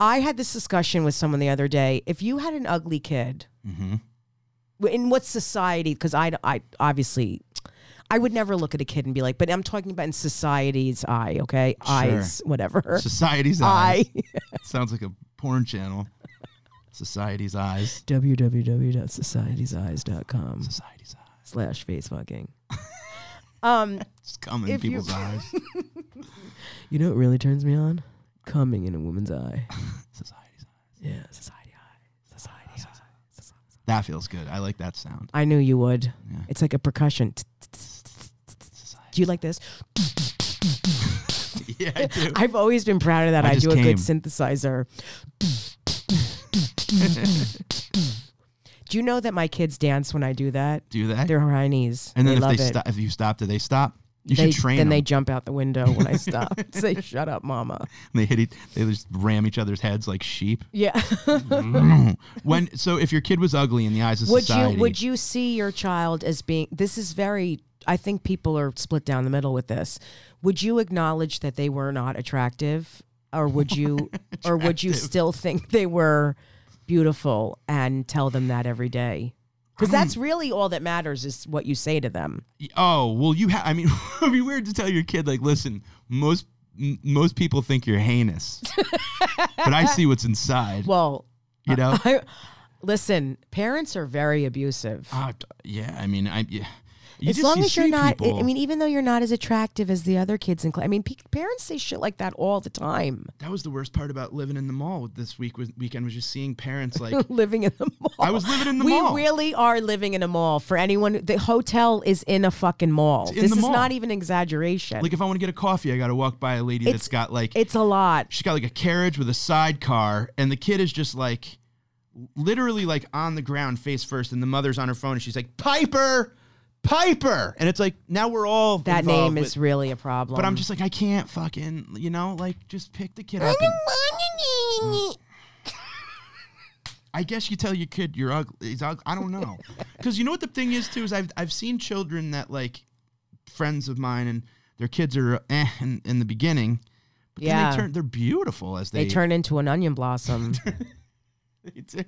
Speaker 3: I had this discussion with someone the other day. If you had an ugly kid,
Speaker 2: Mhm.
Speaker 3: in what society? Because I, I obviously, I would never look at a kid and be like. But I'm talking about in society's eye. Okay, eyes, whatever.
Speaker 2: Society's eyes.
Speaker 3: Eye.
Speaker 2: Sounds like a porn channel. Society's eyes.
Speaker 3: www.societieseyes.com
Speaker 2: Society's eyes.
Speaker 3: slash face fucking. um,
Speaker 2: It's coming in
Speaker 3: If you-
Speaker 2: people's eyes.
Speaker 3: you know what really turns me on? Coming in a woman's eye.
Speaker 2: Society's eyes.
Speaker 3: Yeah, society eye. Society eye.
Speaker 2: That feels good. I like that sound.
Speaker 3: I knew you would.
Speaker 2: Yeah.
Speaker 3: It's like a percussion. T- t- t- Do you like this?
Speaker 2: yeah, I do.
Speaker 3: I've always been proud of that.
Speaker 2: I
Speaker 3: I,
Speaker 2: just
Speaker 3: do a
Speaker 2: came.
Speaker 3: good synthesizer. do you know that my kids dance when I do that?
Speaker 2: do that.
Speaker 3: They're Chinese.
Speaker 2: and then
Speaker 3: they
Speaker 2: if
Speaker 3: love
Speaker 2: they
Speaker 3: it.
Speaker 2: stop, if you stop, do they stop? You
Speaker 3: they,
Speaker 2: should train
Speaker 3: then
Speaker 2: them.
Speaker 3: they jump out the window when I stop. Say, "Shut up, mama."
Speaker 2: they hit. Each, they just ram each other's heads like sheep.
Speaker 3: Yeah.
Speaker 2: when so, if your kid was ugly in the eyes of
Speaker 3: would
Speaker 2: society,
Speaker 3: you would you see your child as being? This is very. I think people are split down the middle with this. Would you acknowledge that they were not attractive, or would you, or would you still think they were beautiful and tell them that every day? Because that's really all that matters is what you say to them.
Speaker 2: Oh well, you. Ha- I mean, it'd be weird to tell your kid like, listen, most m- most people think you're heinous, but I see what's inside.
Speaker 3: Well, uh,
Speaker 2: you know.
Speaker 3: I, listen, parents are very abusive.
Speaker 2: Ah, d- yeah, I mean, I. Yeah. You
Speaker 3: as
Speaker 2: just-
Speaker 3: long
Speaker 2: you
Speaker 3: as you're
Speaker 2: see
Speaker 3: not, I- I
Speaker 2: people-
Speaker 3: mean, even though you're not as attractive as the other kids in class, I mean, pe- parents say shit like that all the time.
Speaker 2: that was the worst part about living in the mall this week was, weekend was just seeing parents like.
Speaker 3: Living in the mall.
Speaker 2: I was living in the
Speaker 3: we
Speaker 2: mall.
Speaker 3: really are living in a mall. For anyone, the hotel is in a fucking mall.
Speaker 2: in
Speaker 3: this
Speaker 2: the
Speaker 3: is
Speaker 2: mall.
Speaker 3: not even exaggeration.
Speaker 2: like if I want to get a coffee, I got to walk by a lady
Speaker 3: It's-
Speaker 2: that's got like
Speaker 3: it's a lot.
Speaker 2: she's got like a carriage with a sidecar, and the kid is just like literally like on the ground face first, and the mother's on her phone, and she's like Piper, Piper, and it's like now we're all
Speaker 3: That
Speaker 2: involved
Speaker 3: name
Speaker 2: with-
Speaker 3: is really a problem.
Speaker 2: But I'm just like, I can't fucking, you know, like just pick the kid
Speaker 1: I
Speaker 2: up.
Speaker 1: don't
Speaker 2: And
Speaker 1: want
Speaker 2: I guess you tell your kid you're ugly. He's ugly. I don't know, because you know what the thing is too is I've I've seen children that like friends of mine and their kids are eh in, in the beginning, but then
Speaker 3: Yeah.
Speaker 2: they turn they're beautiful as
Speaker 3: they
Speaker 2: they,
Speaker 3: turn into an onion blossom.
Speaker 2: they do.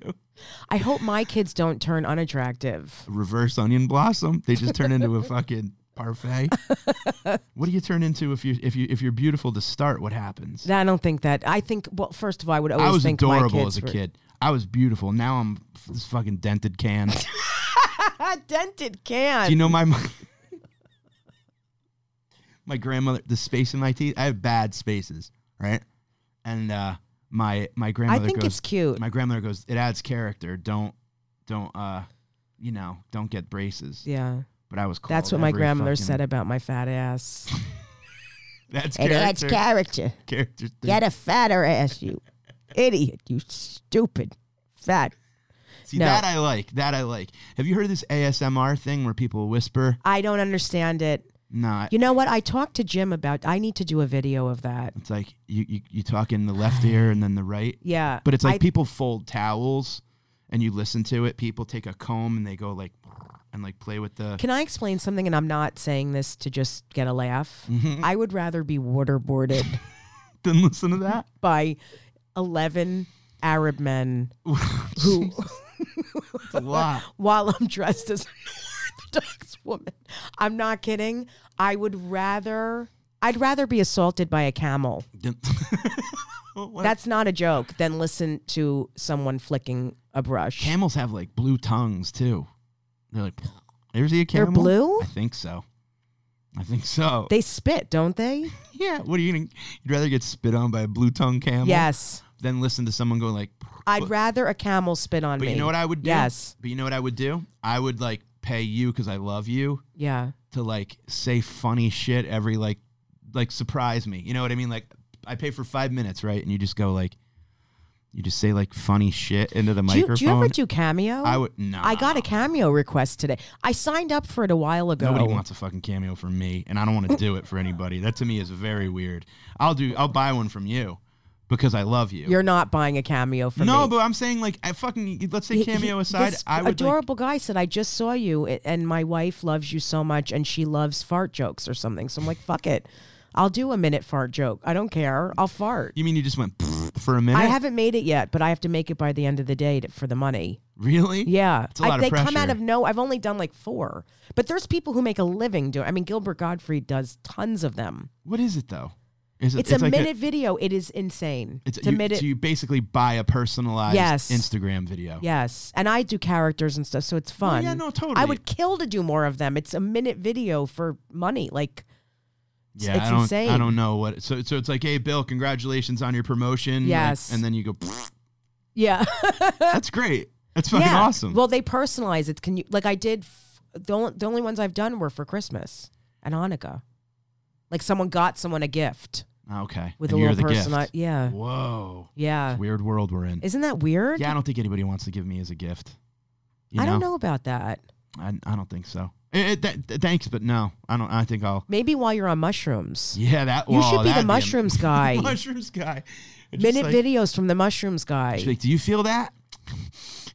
Speaker 3: I hope my kids don't turn unattractive.
Speaker 2: Reverse onion blossom. They just turn into a fucking parfait. what do you turn into if you if you if you're beautiful to start? What happens?
Speaker 3: I don't think that. I think. Well, first of all, I would always
Speaker 2: I was
Speaker 3: think my
Speaker 2: adorable
Speaker 3: kids
Speaker 2: as a
Speaker 3: were-
Speaker 2: kid. I was beautiful. Now I'm f- this fucking dented can.
Speaker 3: dented can.
Speaker 2: Do you know my mo- my grandmother? The space in my teeth. I have bad spaces, right? And uh, my my
Speaker 3: I
Speaker 2: grandmother
Speaker 3: think
Speaker 2: goes.
Speaker 3: it's cute.
Speaker 2: my grandmother goes. It adds character. Don't don't uh, you know? Don't get braces.
Speaker 3: yeah,
Speaker 2: But I was. Called
Speaker 3: that's what my
Speaker 2: every
Speaker 3: grandmother
Speaker 2: fucking-
Speaker 3: said about my fat ass.
Speaker 2: That's
Speaker 1: It adds
Speaker 2: character.
Speaker 1: character.
Speaker 2: character. thing.
Speaker 1: Get a fatter ass, you idiot. You stupid fat.
Speaker 2: See
Speaker 3: no.
Speaker 2: that I like. That I like. Have you heard of this ASMR thing where people whisper?
Speaker 3: I don't understand it.
Speaker 2: No. I-
Speaker 3: You know what? I talked to Jim about. I need to do a video of that.
Speaker 2: It's like you, you you talk in the left ear and then the right.
Speaker 3: Yeah,
Speaker 2: But it's like
Speaker 3: I-
Speaker 2: people fold towels and you listen to it. People take a comb and they go like and like play with the
Speaker 3: Can I explain something? And I'm not saying this to just get a laugh.
Speaker 2: Mm-hmm.
Speaker 3: I would rather be waterboarded
Speaker 2: then listen to that.
Speaker 3: by eleven Arab men who,
Speaker 2: It's a lot.
Speaker 3: while I'm dressed as an Orthodox woman, I'm not kidding. I would rather. I'd rather be assaulted by a camel.
Speaker 2: Then- what?
Speaker 3: That's not a joke. Then listen to someone flicking a brush.
Speaker 2: camels have like blue tongues too. They're like, there's a camel.
Speaker 3: blue?
Speaker 2: I think so. I think so.
Speaker 3: they spit, don't they?
Speaker 2: yeah. What are you gonna? You'd rather get spit on by a blue tongue camel?
Speaker 3: Yes.
Speaker 2: Than listen to someone go like.
Speaker 3: I'd
Speaker 2: "But-
Speaker 3: rather a camel spit on
Speaker 2: But
Speaker 3: me.
Speaker 2: you know what I would do?
Speaker 3: Yes.
Speaker 2: But you know what I would do? I would like pay you because I love you
Speaker 3: Yeah.
Speaker 2: to like say funny shit every like like surprise me. You know what I mean? Like I pay for five minutes, right? And you just go like you just say like funny shit into the
Speaker 3: Do you,
Speaker 2: microphone.
Speaker 3: do you ever do cameo?
Speaker 2: I would no.
Speaker 3: I got a cameo request today. I signed up for it a while ago.
Speaker 2: Nobody wants a fucking cameo from me, and I don't want to do it for anybody. That to me is very weird. I'll do. I'll buy one from you because I love you.
Speaker 3: You're not buying a cameo from
Speaker 2: no,
Speaker 3: me.
Speaker 2: but I'm saying like I fucking let's say
Speaker 3: He- he-
Speaker 2: cameo aside,
Speaker 3: this
Speaker 2: I would like-
Speaker 3: adorable guy said, "I just saw you, a- and my wife loves you so much, and she loves fart jokes or something." So I'm like, "Fuck it, I'll do a minute fart joke. I don't care. I'll fart.
Speaker 2: You mean you just went for a minute?
Speaker 3: I haven't made it yet, but I have to make it by the end of the day to, for the money.
Speaker 2: really.
Speaker 3: Yeah,
Speaker 2: a lot
Speaker 3: I,
Speaker 2: of
Speaker 3: they come out
Speaker 2: pressure.
Speaker 3: of no. I've only done like four, but there's people who make a living doing. I mean, Gilbert Godfrey does tons of them.
Speaker 2: What is it though? Is it?
Speaker 3: It's, a
Speaker 2: like
Speaker 3: minute video. It is insane.
Speaker 2: it's
Speaker 3: a
Speaker 2: you,
Speaker 3: minute.
Speaker 2: So you basically buy a personalized
Speaker 3: Yes.
Speaker 2: Instagram video.
Speaker 3: Yes, and I do characters and stuff, so it's
Speaker 2: Oh,
Speaker 3: fun.
Speaker 2: yeah, no, totally.
Speaker 3: I would kill to do more of them. It's a minute video for money. Like,
Speaker 2: Yeah,
Speaker 3: it's
Speaker 2: I don't. I
Speaker 3: insane.
Speaker 2: don't know what. So, so it's like, hey, Bill, congratulations on your promotion. like,
Speaker 3: Yes.
Speaker 2: and then you go.
Speaker 3: yeah,
Speaker 2: That's great. That's fucking
Speaker 3: yeah.
Speaker 2: awesome.
Speaker 3: Well, they personalize it. Can you like I did? F- the only, the only ones I've done were for Christmas and Hanukkah. Like someone got someone a gift
Speaker 2: Ah, okay.
Speaker 3: with
Speaker 2: and
Speaker 3: a
Speaker 2: you're
Speaker 3: little
Speaker 2: the
Speaker 3: person.
Speaker 2: gift.
Speaker 3: yeah,
Speaker 2: Whoa.
Speaker 3: yeah.
Speaker 2: Weird world we're in.
Speaker 3: Isn't that weird?
Speaker 2: Yeah, I don't think anybody wants to give me as a gift. You
Speaker 3: I don't know about that.
Speaker 2: I, I don't think so. Eh, eh, th- th- thanks, but no. I don't. I think I'll.
Speaker 3: Maybe while you're on mushrooms,
Speaker 2: Yeah, that.
Speaker 3: You should
Speaker 2: well,
Speaker 3: be the
Speaker 2: that'd
Speaker 3: mushrooms guy.
Speaker 2: mushrooms guy. Just
Speaker 3: minute
Speaker 2: like-
Speaker 3: videos from the mushrooms guy.
Speaker 2: She's like, do you feel that?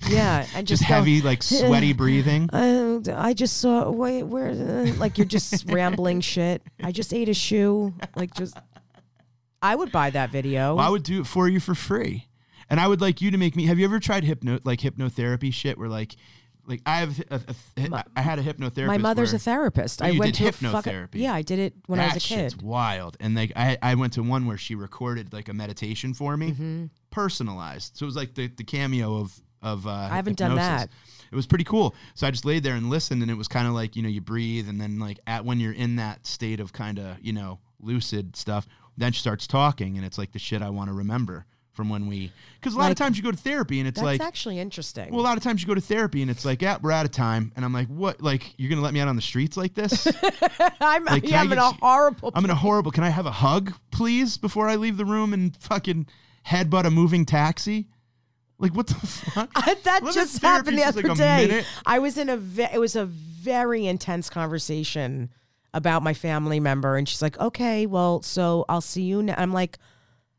Speaker 3: yeah, and
Speaker 2: Just,
Speaker 3: just, go,
Speaker 2: heavy, like sweaty breathing.
Speaker 3: Uh, I just saw. Wait, where? Uh, like you're just rambling shit. I just ate a shoe. Like just. I would buy that video.
Speaker 2: Well, I would do it for you for free, and I would like you to make me. Have you ever tried hypno like hypnotherapy shit? Where like, like I have, a, a-
Speaker 3: My-
Speaker 2: I had a hypnotherapist.
Speaker 3: My mother's
Speaker 2: where-
Speaker 3: a therapist.
Speaker 2: Oh,
Speaker 3: I
Speaker 2: you
Speaker 3: went
Speaker 2: did
Speaker 3: to a fuck-
Speaker 2: hypnotherapy.
Speaker 3: yeah, I did it when
Speaker 2: that
Speaker 3: I was a
Speaker 2: shit's
Speaker 3: kid.
Speaker 2: wild. And like I, I went to one where she recorded like a meditation for me,
Speaker 3: Mm-hmm.
Speaker 2: personalized. So it was like the, the cameo of of. Uh, I
Speaker 3: haven't done that.
Speaker 2: It was pretty cool. So I just laid there and listened, and it was kind of like you know you breathe, and then like at when you're in that state of kind of you know lucid stuff, then she starts talking, and it's like the shit I want to remember from when we. Because a lot of
Speaker 3: Like-
Speaker 2: times you go to therapy and it's
Speaker 3: That's
Speaker 2: like
Speaker 3: actually interesting.
Speaker 2: well, a lot of times you go to therapy and it's like, yeah, we're out of time. And I'm like, what? Like, you're going to let me out on the streets like this?
Speaker 3: I'm,
Speaker 2: like, can I
Speaker 3: yeah, I'm in
Speaker 2: get
Speaker 3: a
Speaker 2: you-
Speaker 3: horrible.
Speaker 2: I'm in a horrible. Can I have a hug, please, before I leave the room and fucking headbutt a moving taxi? Like what the fuck?
Speaker 3: that
Speaker 2: Wasn't
Speaker 3: just
Speaker 2: therapy
Speaker 3: happened the
Speaker 2: just
Speaker 3: other
Speaker 2: like a
Speaker 3: day.
Speaker 2: minute?
Speaker 3: I was in a ve- it was a very intense conversation about my family member, and she's like, "Okay, well, so I'll see you." Now. I'm like,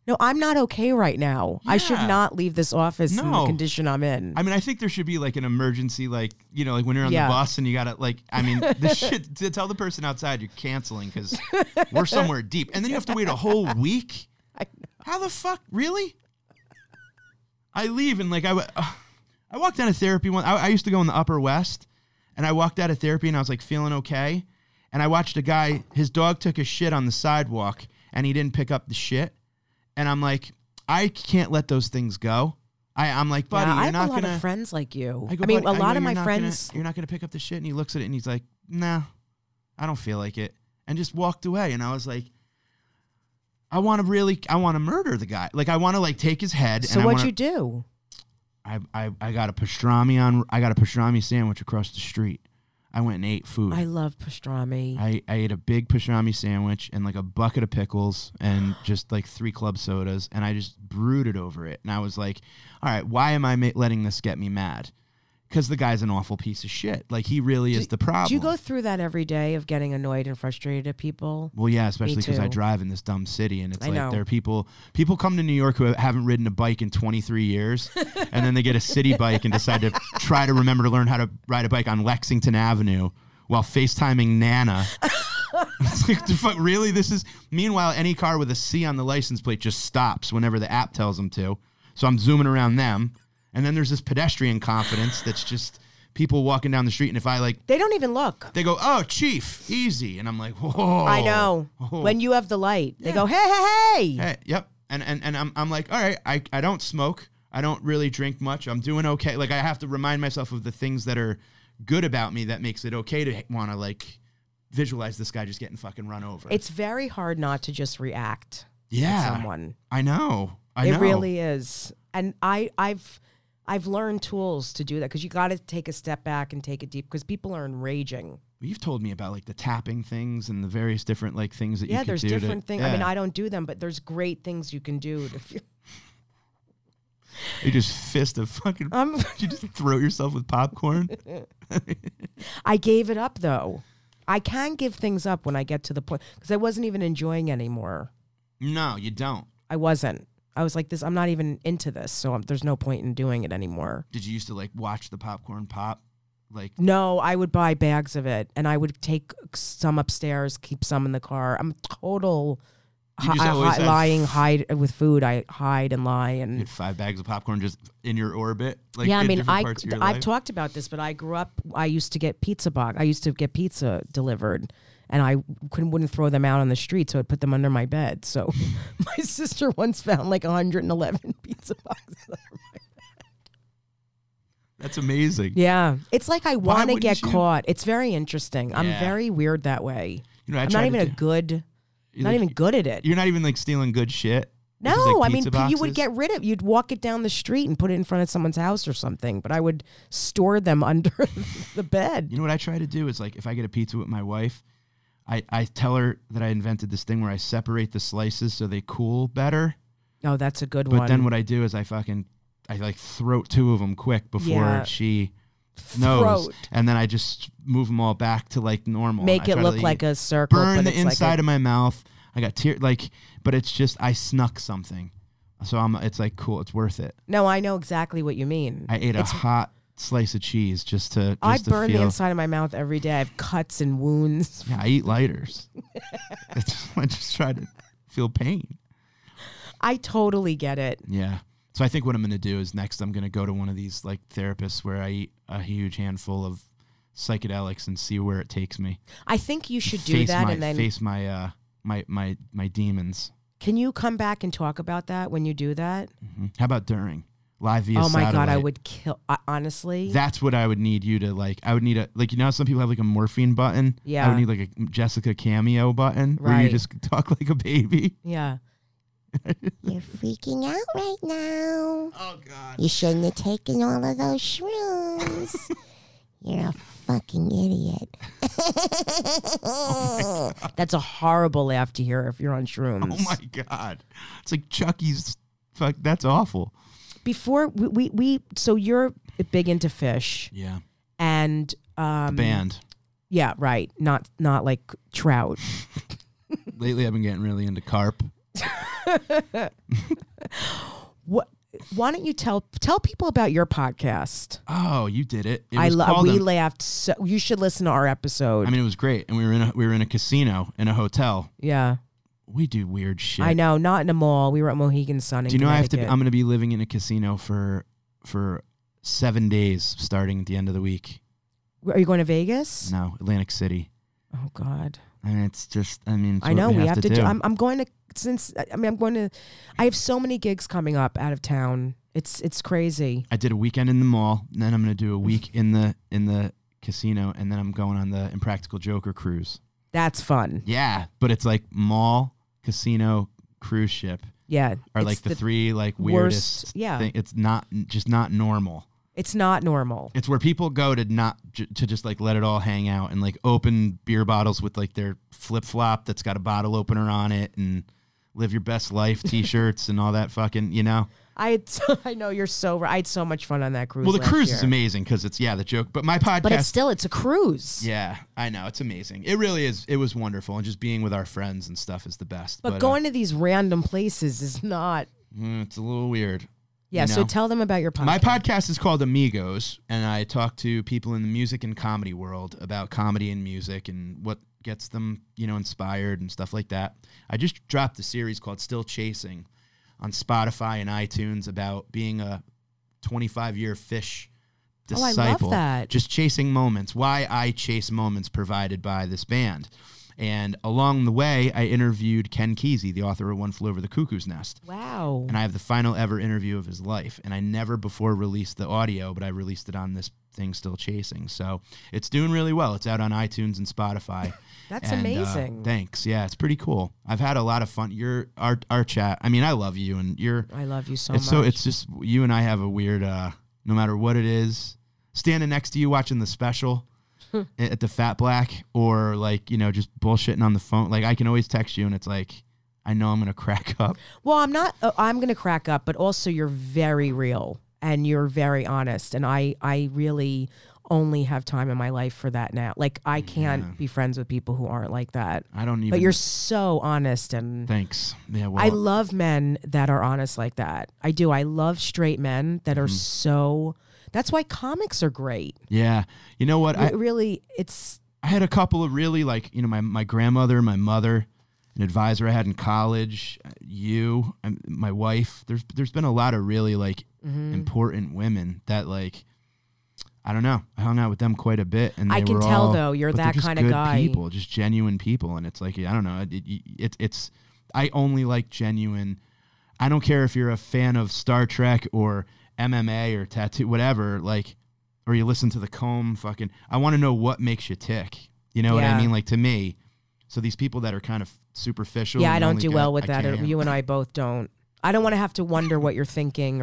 Speaker 3: "No, I'm not okay right now. I should
Speaker 2: Yeah.
Speaker 3: not leave this office in the
Speaker 2: No.
Speaker 3: condition I'm in."
Speaker 2: I mean, I think there should be like an emergency, like you know, like when you're on
Speaker 3: Yeah.
Speaker 2: the bus and you gotta like. I mean, this shit to tell the person outside you're canceling because we're somewhere deep, and then you have to wait a whole week.
Speaker 3: I know.
Speaker 2: How the fuck, really? I leave and like I, w- I walked out of therapy one. I, I used to go in the Upper West, and I walked out of therapy and I was like feeling okay, and I watched a guy. His dog took a shit on the sidewalk, and he didn't pick up the shit, and I'm like, I can't let those things go. I, I'm like, buddy,
Speaker 3: yeah, I
Speaker 2: you're
Speaker 3: have
Speaker 2: not
Speaker 3: a lot
Speaker 2: gonna.
Speaker 3: of friends like you. I,
Speaker 2: go,
Speaker 3: mean,
Speaker 2: "Buddy,
Speaker 3: a lot
Speaker 2: know
Speaker 3: of
Speaker 2: you're
Speaker 3: my
Speaker 2: not gonna-
Speaker 3: friends.
Speaker 2: you're not gonna pick up the shit, and he looks at it and he's like, nah, I don't feel like it, and just walked away. And I was like. I want to really, I want to murder the guy. Like, I want to like take his head.
Speaker 3: so
Speaker 2: and I
Speaker 3: what'd
Speaker 2: wanna,
Speaker 3: you do?
Speaker 2: I, I, I got a pastrami on I got a pastrami sandwich across the street. I went and ate food.
Speaker 3: I
Speaker 2: I,
Speaker 3: love pastrami.
Speaker 2: I, ate a big pastrami sandwich and like a bucket of pickles and just like three club sodas and I just brooded over it and I was like, all right, why am I ma- letting this get me mad? Because the guy's an awful piece of shit. Like he really is the problem.
Speaker 3: do you go through that every day of getting annoyed and frustrated at people?
Speaker 2: Well, yeah, especially because I
Speaker 3: too.
Speaker 2: drive in this dumb city, and it's
Speaker 3: I
Speaker 2: like
Speaker 3: know.
Speaker 2: there are people people come to New York who haven't ridden a bike in 23 years, and then they get a city bike and decide to try to remember to learn how to ride a bike on Lexington Avenue while FaceTiming Nana. it's like, the fuck, really? This is. Meanwhile, any car with a C on the license plate just stops whenever the app tells them to. So I'm zooming around them, and then there's this pedestrian confidence that's just people walking down the street, and if I like.
Speaker 3: They don't even look.
Speaker 2: They go, oh, chief, easy, and I'm like, whoa.
Speaker 3: I know.
Speaker 2: Oh.
Speaker 3: When you have the light, they
Speaker 2: Yeah.
Speaker 3: go, hey, hey, hey.
Speaker 2: Hey, yep. and and and I'm I'm like, all right, I I don't smoke, I don't really drink much, I'm doing okay. Like I have to remind myself of the things that are good about me that makes it okay to want to like visualize this guy just getting fucking run over.
Speaker 3: It's very hard not to just react
Speaker 2: yeah,
Speaker 3: to someone.
Speaker 2: I know, I
Speaker 3: it
Speaker 2: know,
Speaker 3: really is. And I I've I've learned tools to do that because you got to take a step back and take it deep because people are enraging.
Speaker 2: You've told me about like the tapping things and the various different like things that you
Speaker 3: Yeah,
Speaker 2: could
Speaker 3: there's
Speaker 2: do to-
Speaker 3: different things. I mean,
Speaker 2: Yeah.
Speaker 3: I don't do them, but there's great things you can do. To feel,
Speaker 2: you just fist a fucking.
Speaker 3: Um,
Speaker 2: you just throw yourself with popcorn.
Speaker 3: I gave it up though. I can give things up when I get to the point because I wasn't even enjoying anymore.
Speaker 2: no, you don't.
Speaker 3: I wasn't. I was like this. I'm not even into this, so um there's no point in doing it anymore.
Speaker 2: Did you used to like watch the popcorn pop? Like
Speaker 3: No, I would buy bags of it, and I would take some upstairs, keep some in the car. I'm total
Speaker 2: You
Speaker 3: hi-
Speaker 2: just
Speaker 3: I
Speaker 2: always
Speaker 3: hi-
Speaker 2: had-
Speaker 3: lying, hide with food. I hide and lie,
Speaker 2: you
Speaker 3: and
Speaker 2: had five bags of popcorn just in your orbit. Like
Speaker 3: yeah, I
Speaker 2: in
Speaker 3: mean,
Speaker 2: different
Speaker 3: I
Speaker 2: parts of your
Speaker 3: I've
Speaker 2: life?
Speaker 3: talked about this, but I grew up. I used to get pizza box. I used to get pizza delivered, and I couldn't wouldn't throw them out on the street, so I'd put them under my bed. So my sister once found like 111 pizza boxes.
Speaker 2: That's amazing.
Speaker 3: Yeah, it's like I want to
Speaker 2: wouldn't
Speaker 3: get
Speaker 2: you?
Speaker 3: caught. It's very interesting. I'm
Speaker 2: Yeah.
Speaker 3: very weird that way.
Speaker 2: You know, I
Speaker 3: I'm
Speaker 2: tried
Speaker 3: not
Speaker 2: to
Speaker 3: even a
Speaker 2: do-
Speaker 3: good.
Speaker 2: you're
Speaker 3: not
Speaker 2: like-
Speaker 3: even good at it.
Speaker 2: You're not even like stealing good shit. This is,
Speaker 3: No,
Speaker 2: like,
Speaker 3: I mean
Speaker 2: pizza
Speaker 3: p- you would
Speaker 2: boxes.
Speaker 3: get rid of. You'd walk it down the street and put it in front of someone's house or something. But I would store them under the bed.
Speaker 2: You know what I try to do is like if I get a pizza with my wife, I I tell her that I invented this thing where I separate the slices so they cool better.
Speaker 3: Oh, that's a good
Speaker 2: But
Speaker 3: one.
Speaker 2: then what I do is I fucking I like throat two of them quick before
Speaker 3: Yeah.
Speaker 2: she knows,
Speaker 3: Throat.
Speaker 2: and then I just move them all back to like normal.
Speaker 3: Make
Speaker 2: I
Speaker 3: it
Speaker 2: try to,
Speaker 3: look
Speaker 2: like,
Speaker 3: like a circle.
Speaker 2: burn
Speaker 3: but
Speaker 2: the
Speaker 3: it's
Speaker 2: inside
Speaker 3: like a,
Speaker 2: of my mouth. I got tear like, but it's just I snuck something, so I'm it's like cool. It's worth it.
Speaker 3: No, I know exactly what you mean.
Speaker 2: I ate a
Speaker 3: It's-
Speaker 2: hot slice of cheese just to. Just
Speaker 3: I
Speaker 2: to
Speaker 3: burn
Speaker 2: feel,
Speaker 3: the inside of my mouth every day. I have cuts and wounds.
Speaker 2: Yeah, I eat lighters. It's- I just try to feel pain.
Speaker 3: I totally get it.
Speaker 2: Yeah. So I think what I'm gonna do is next I'm gonna go to one of these like therapists where I eat a huge handful of psychedelics and see where it takes me.
Speaker 3: I think you should do
Speaker 2: face
Speaker 3: that,
Speaker 2: my,
Speaker 3: and then
Speaker 2: face my uh my my my demons.
Speaker 3: can you come back and talk about that when you do that?
Speaker 2: Mhm. How about during live via
Speaker 3: oh my god, I
Speaker 2: satellite?
Speaker 3: would kill. I, honestly,
Speaker 2: That's what I would need you to like. I would need a like you know how some people have like a morphine button. I
Speaker 3: Yeah.
Speaker 2: would need like a Jessica cameo button where you
Speaker 3: Right.
Speaker 2: just talk like a baby.
Speaker 3: yeah.
Speaker 1: You're freaking out right now.
Speaker 2: Oh God.
Speaker 1: You shouldn't have taken all of those shrooms. You're a fucking idiot.
Speaker 3: That's a horrible laugh to hear if you're on shrooms.
Speaker 2: Oh my God. It's like Chucky's. Fuck. That's awful.
Speaker 3: Before we, we, we so you're big into fish
Speaker 2: Yeah.
Speaker 3: and um
Speaker 2: Band.
Speaker 3: yeah, right. Not not like trout.
Speaker 2: Lately, I've been getting really into carp.
Speaker 3: What why don't you tell tell people about your podcast?
Speaker 2: Oh, you did it. it
Speaker 3: I
Speaker 2: was
Speaker 3: love
Speaker 2: called
Speaker 3: we
Speaker 2: an-
Speaker 3: laughed so you should listen to our episode.
Speaker 2: I mean, it was great, and we were in a we were in a casino in a hotel.
Speaker 3: yeah.
Speaker 2: We do weird shit.
Speaker 3: I know, not in a mall. We were at Mohegan Sun in
Speaker 2: Do you know I have to?
Speaker 3: Connecticut.
Speaker 2: I'm going to be living in a casino for for seven days, starting at the end of the week.
Speaker 3: Are you going to Vegas?
Speaker 2: No, Atlantic City.
Speaker 3: Oh god.
Speaker 2: And it's just, I mean, it's
Speaker 3: I
Speaker 2: what
Speaker 3: know
Speaker 2: we, have, to, do.
Speaker 3: I'm, I'm going to since I mean I'm going to. I have so many gigs coming up out of town. It's it's crazy.
Speaker 2: I did a weekend in the mall, and then I'm going to do a week in the in the casino, and then I'm going on the Impractical Joker cruise.
Speaker 3: That's fun.
Speaker 2: Yeah, but it's like mall, casino, cruise ship
Speaker 3: Yeah.
Speaker 2: are
Speaker 3: it's
Speaker 2: like the,
Speaker 3: the-
Speaker 2: three like weirdest.
Speaker 3: worst- yeah.
Speaker 2: thing. it's not just not normal.
Speaker 3: It's not normal.
Speaker 2: It's where people go to not j- to just like let it all hang out and like open beer bottles with like their flip flop that's got a bottle opener on it and live your best life T-shirts and all that fucking you know.
Speaker 3: I had I know you're so right. I had so much fun on that cruise.
Speaker 2: Well, the
Speaker 3: last
Speaker 2: cruise is
Speaker 3: year.
Speaker 2: amazing because it's yeah the joke, but my podcast.
Speaker 3: But it's still it's a cruise.
Speaker 2: yeah, I know it's amazing. It really is. It was wonderful, and just being with our friends and stuff is the best.
Speaker 3: But,
Speaker 2: uh,
Speaker 3: going to these random places is not.
Speaker 2: mm, it's a little weird.
Speaker 3: Yeah.
Speaker 2: you
Speaker 3: So
Speaker 2: know?
Speaker 3: tell them about your podcast.
Speaker 2: My podcast is called Amigos, and I talk to people in the music and comedy world about comedy and music and what gets them, you know, inspired and stuff like that. I just dropped a series called Still Chasing on Spotify and iTunes about being a 25 year fish
Speaker 3: Oh, I love
Speaker 2: disciple.
Speaker 3: that.
Speaker 2: Just chasing moments. Why I chase moments provided by this band. And along the way, I interviewed Ken Kesey, the author of One Flew Over the Cuckoo's Nest.
Speaker 3: Wow.
Speaker 2: And I have the final ever interview of his life. And I never before released the audio, but I released it on this thing, Still Chasing. So it's doing really well. It's out on iTunes and Spotify.
Speaker 3: That's
Speaker 2: And, uh,
Speaker 3: amazing.
Speaker 2: thanks. Yeah, it's pretty cool. I've had a lot of fun. Your our our chat. I mean, I love you, and you're.
Speaker 3: I love you so
Speaker 2: it's
Speaker 3: much.
Speaker 2: so. It's just you and I have a weird. uh No matter what it is, standing next to you watching the special
Speaker 3: Hmm.
Speaker 2: at the Fat Black, or like you know just bullshitting on the phone. Like I can always text you, and it's like I know I'm gonna crack up.
Speaker 3: well, I'm not. Uh, I'm gonna crack up, but also you're very real and you're very honest, and I I really only have time in my life for that now. Like I can't be friends with people who aren't like that.
Speaker 2: I don't even.
Speaker 3: But you're so honest and
Speaker 2: Thanks. Yeah. Well,
Speaker 3: I love men that are honest like that. I do. I love straight men that
Speaker 2: Mm-hmm.
Speaker 3: are so. That's why comics are great.
Speaker 2: yeah. You know what? I,
Speaker 3: it really, it's
Speaker 2: I had a couple of really like you know my my grandmother, my mother, an advisor I had in college, uh, you, um, my wife. There's there's been a lot of really like
Speaker 3: Mm. mm-hmm.
Speaker 2: important women that like I don't know. I hung out with them quite a bit, and
Speaker 3: I
Speaker 2: they
Speaker 3: can
Speaker 2: were
Speaker 3: tell,
Speaker 2: all-
Speaker 3: though, you're
Speaker 2: but they're
Speaker 3: that
Speaker 2: just
Speaker 3: kinda
Speaker 2: good
Speaker 3: guy.
Speaker 2: People, just genuine people, and it's like I don't know. It, it, it- it's I only like genuine. I don't care if you're a fan of Star Trek or MMA or tattoo, whatever. Like or you listen to the comb fucking i want to know what makes you tick you know what
Speaker 3: Yeah.
Speaker 2: i mean like to me so these people that are kind of superficial
Speaker 3: yeah. I
Speaker 2: and
Speaker 3: don't
Speaker 2: only
Speaker 3: do
Speaker 2: get-
Speaker 3: well with
Speaker 2: I
Speaker 3: that. Or
Speaker 2: can't.
Speaker 3: you and I both don't. I don't want to have to wonder what you're thinking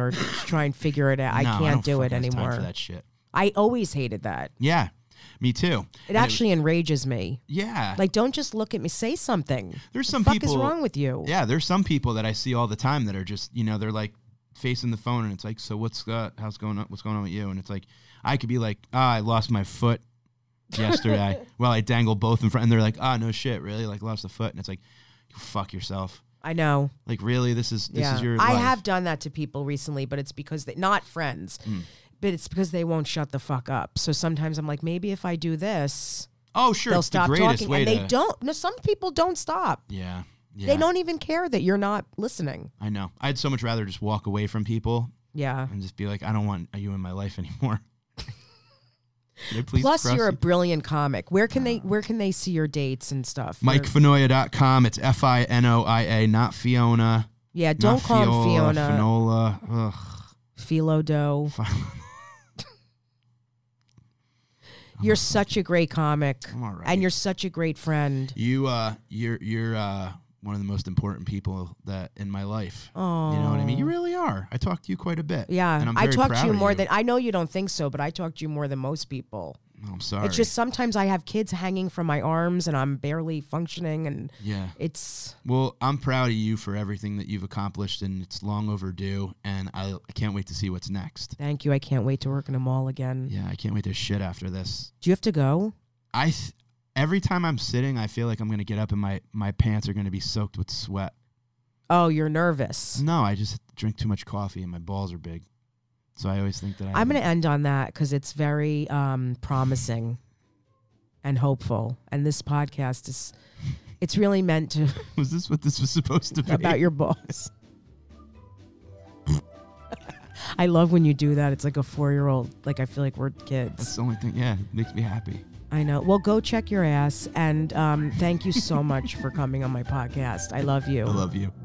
Speaker 3: or try and figure it out. I
Speaker 2: No, don't
Speaker 3: can't do it
Speaker 2: fucking have time
Speaker 3: anymore.
Speaker 2: for that shit
Speaker 3: I always hated that.
Speaker 2: yeah me too
Speaker 3: It actually enrages me.
Speaker 2: yeah
Speaker 3: Like, don't just look at me. Say something.
Speaker 2: there's
Speaker 3: The
Speaker 2: some
Speaker 3: fuck
Speaker 2: people
Speaker 3: is wrong with you?
Speaker 2: yeah there's some people that i see all the time that are just you know they're like facing the phone and it's like so what's uh, how's going on what's going on with you and it's like i could be like ah i lost my foot yesterday well i dangle both in front and they're like ah no shit really like lost the foot and it's like you fuck yourself
Speaker 3: I know.
Speaker 2: Like really, this is this
Speaker 3: yeah.
Speaker 2: is your.
Speaker 3: I
Speaker 2: life.
Speaker 3: have done that to people recently, but it's because they not friends,
Speaker 2: Hmm.
Speaker 3: but it's because they won't shut the fuck up. So sometimes I'm like, maybe if I do this,
Speaker 2: Oh sure,
Speaker 3: they'll
Speaker 2: it's
Speaker 3: stop
Speaker 2: the greatest
Speaker 3: talking.
Speaker 2: way
Speaker 3: And they
Speaker 2: to-
Speaker 3: don't. No, some people don't stop.
Speaker 2: Yeah, yeah.
Speaker 3: They don't even care that you're not listening.
Speaker 2: I know. I'd so much rather just walk away from people
Speaker 3: Yeah.
Speaker 2: and just be like, I don't want you in my life anymore. Can I please
Speaker 3: Plus,
Speaker 2: cross
Speaker 3: you're a
Speaker 2: you?
Speaker 3: brilliant comic. Where can they where can they see your dates and stuff? Where-
Speaker 2: MikeFinoia.com. It's F I N O I A, not Fiona.
Speaker 3: yeah, don't
Speaker 2: not Fiola,
Speaker 3: call him Fiona.
Speaker 2: Finola. Ugh.
Speaker 3: Philo Doe.
Speaker 2: Oh,
Speaker 3: You're such a great comic,
Speaker 2: I'm all right.
Speaker 3: and you're such a great friend.
Speaker 2: You uh, you're you're uh one of the most important people that in my life.
Speaker 3: Oh,
Speaker 2: You know what I mean? You really are. I talk to you quite a bit.
Speaker 3: Yeah,
Speaker 2: and I'm
Speaker 3: I
Speaker 2: very
Speaker 3: talk to
Speaker 2: proud
Speaker 3: you
Speaker 2: of
Speaker 3: more than I know you don't think so, but I talk to you more than most people.
Speaker 2: Oh, I'm sorry.
Speaker 3: It's just sometimes I have kids hanging from my arms and I'm barely functioning, and
Speaker 2: yeah.
Speaker 3: it's
Speaker 2: Well, I'm proud of you for everything that you've accomplished, and it's long overdue. And I, I can't wait to see what's next.
Speaker 3: thank you. I can't wait to work in a mall again.
Speaker 2: Yeah, I can't wait to shit after this.
Speaker 3: Do you have to go?
Speaker 2: I th- every time I'm sitting, I feel like I'm gonna get up and my my pants are gonna be soaked with sweat.
Speaker 3: Oh, you're nervous.
Speaker 2: No, I just drink too much coffee and my balls are big, so I always think that I
Speaker 3: I'm going to
Speaker 2: haven't-
Speaker 3: end on that because it's very um, promising and hopeful, and this podcast is it's really meant to
Speaker 2: Was this what this was supposed to be?
Speaker 3: about your balls. I love when you do that. It's like a four year old. Like I feel like we're kids.
Speaker 2: That's the only thing. Yeah, it makes me happy.
Speaker 3: I know. Well, go check your ass. And um, thank you so much for coming on my podcast. I love you.
Speaker 2: I love you.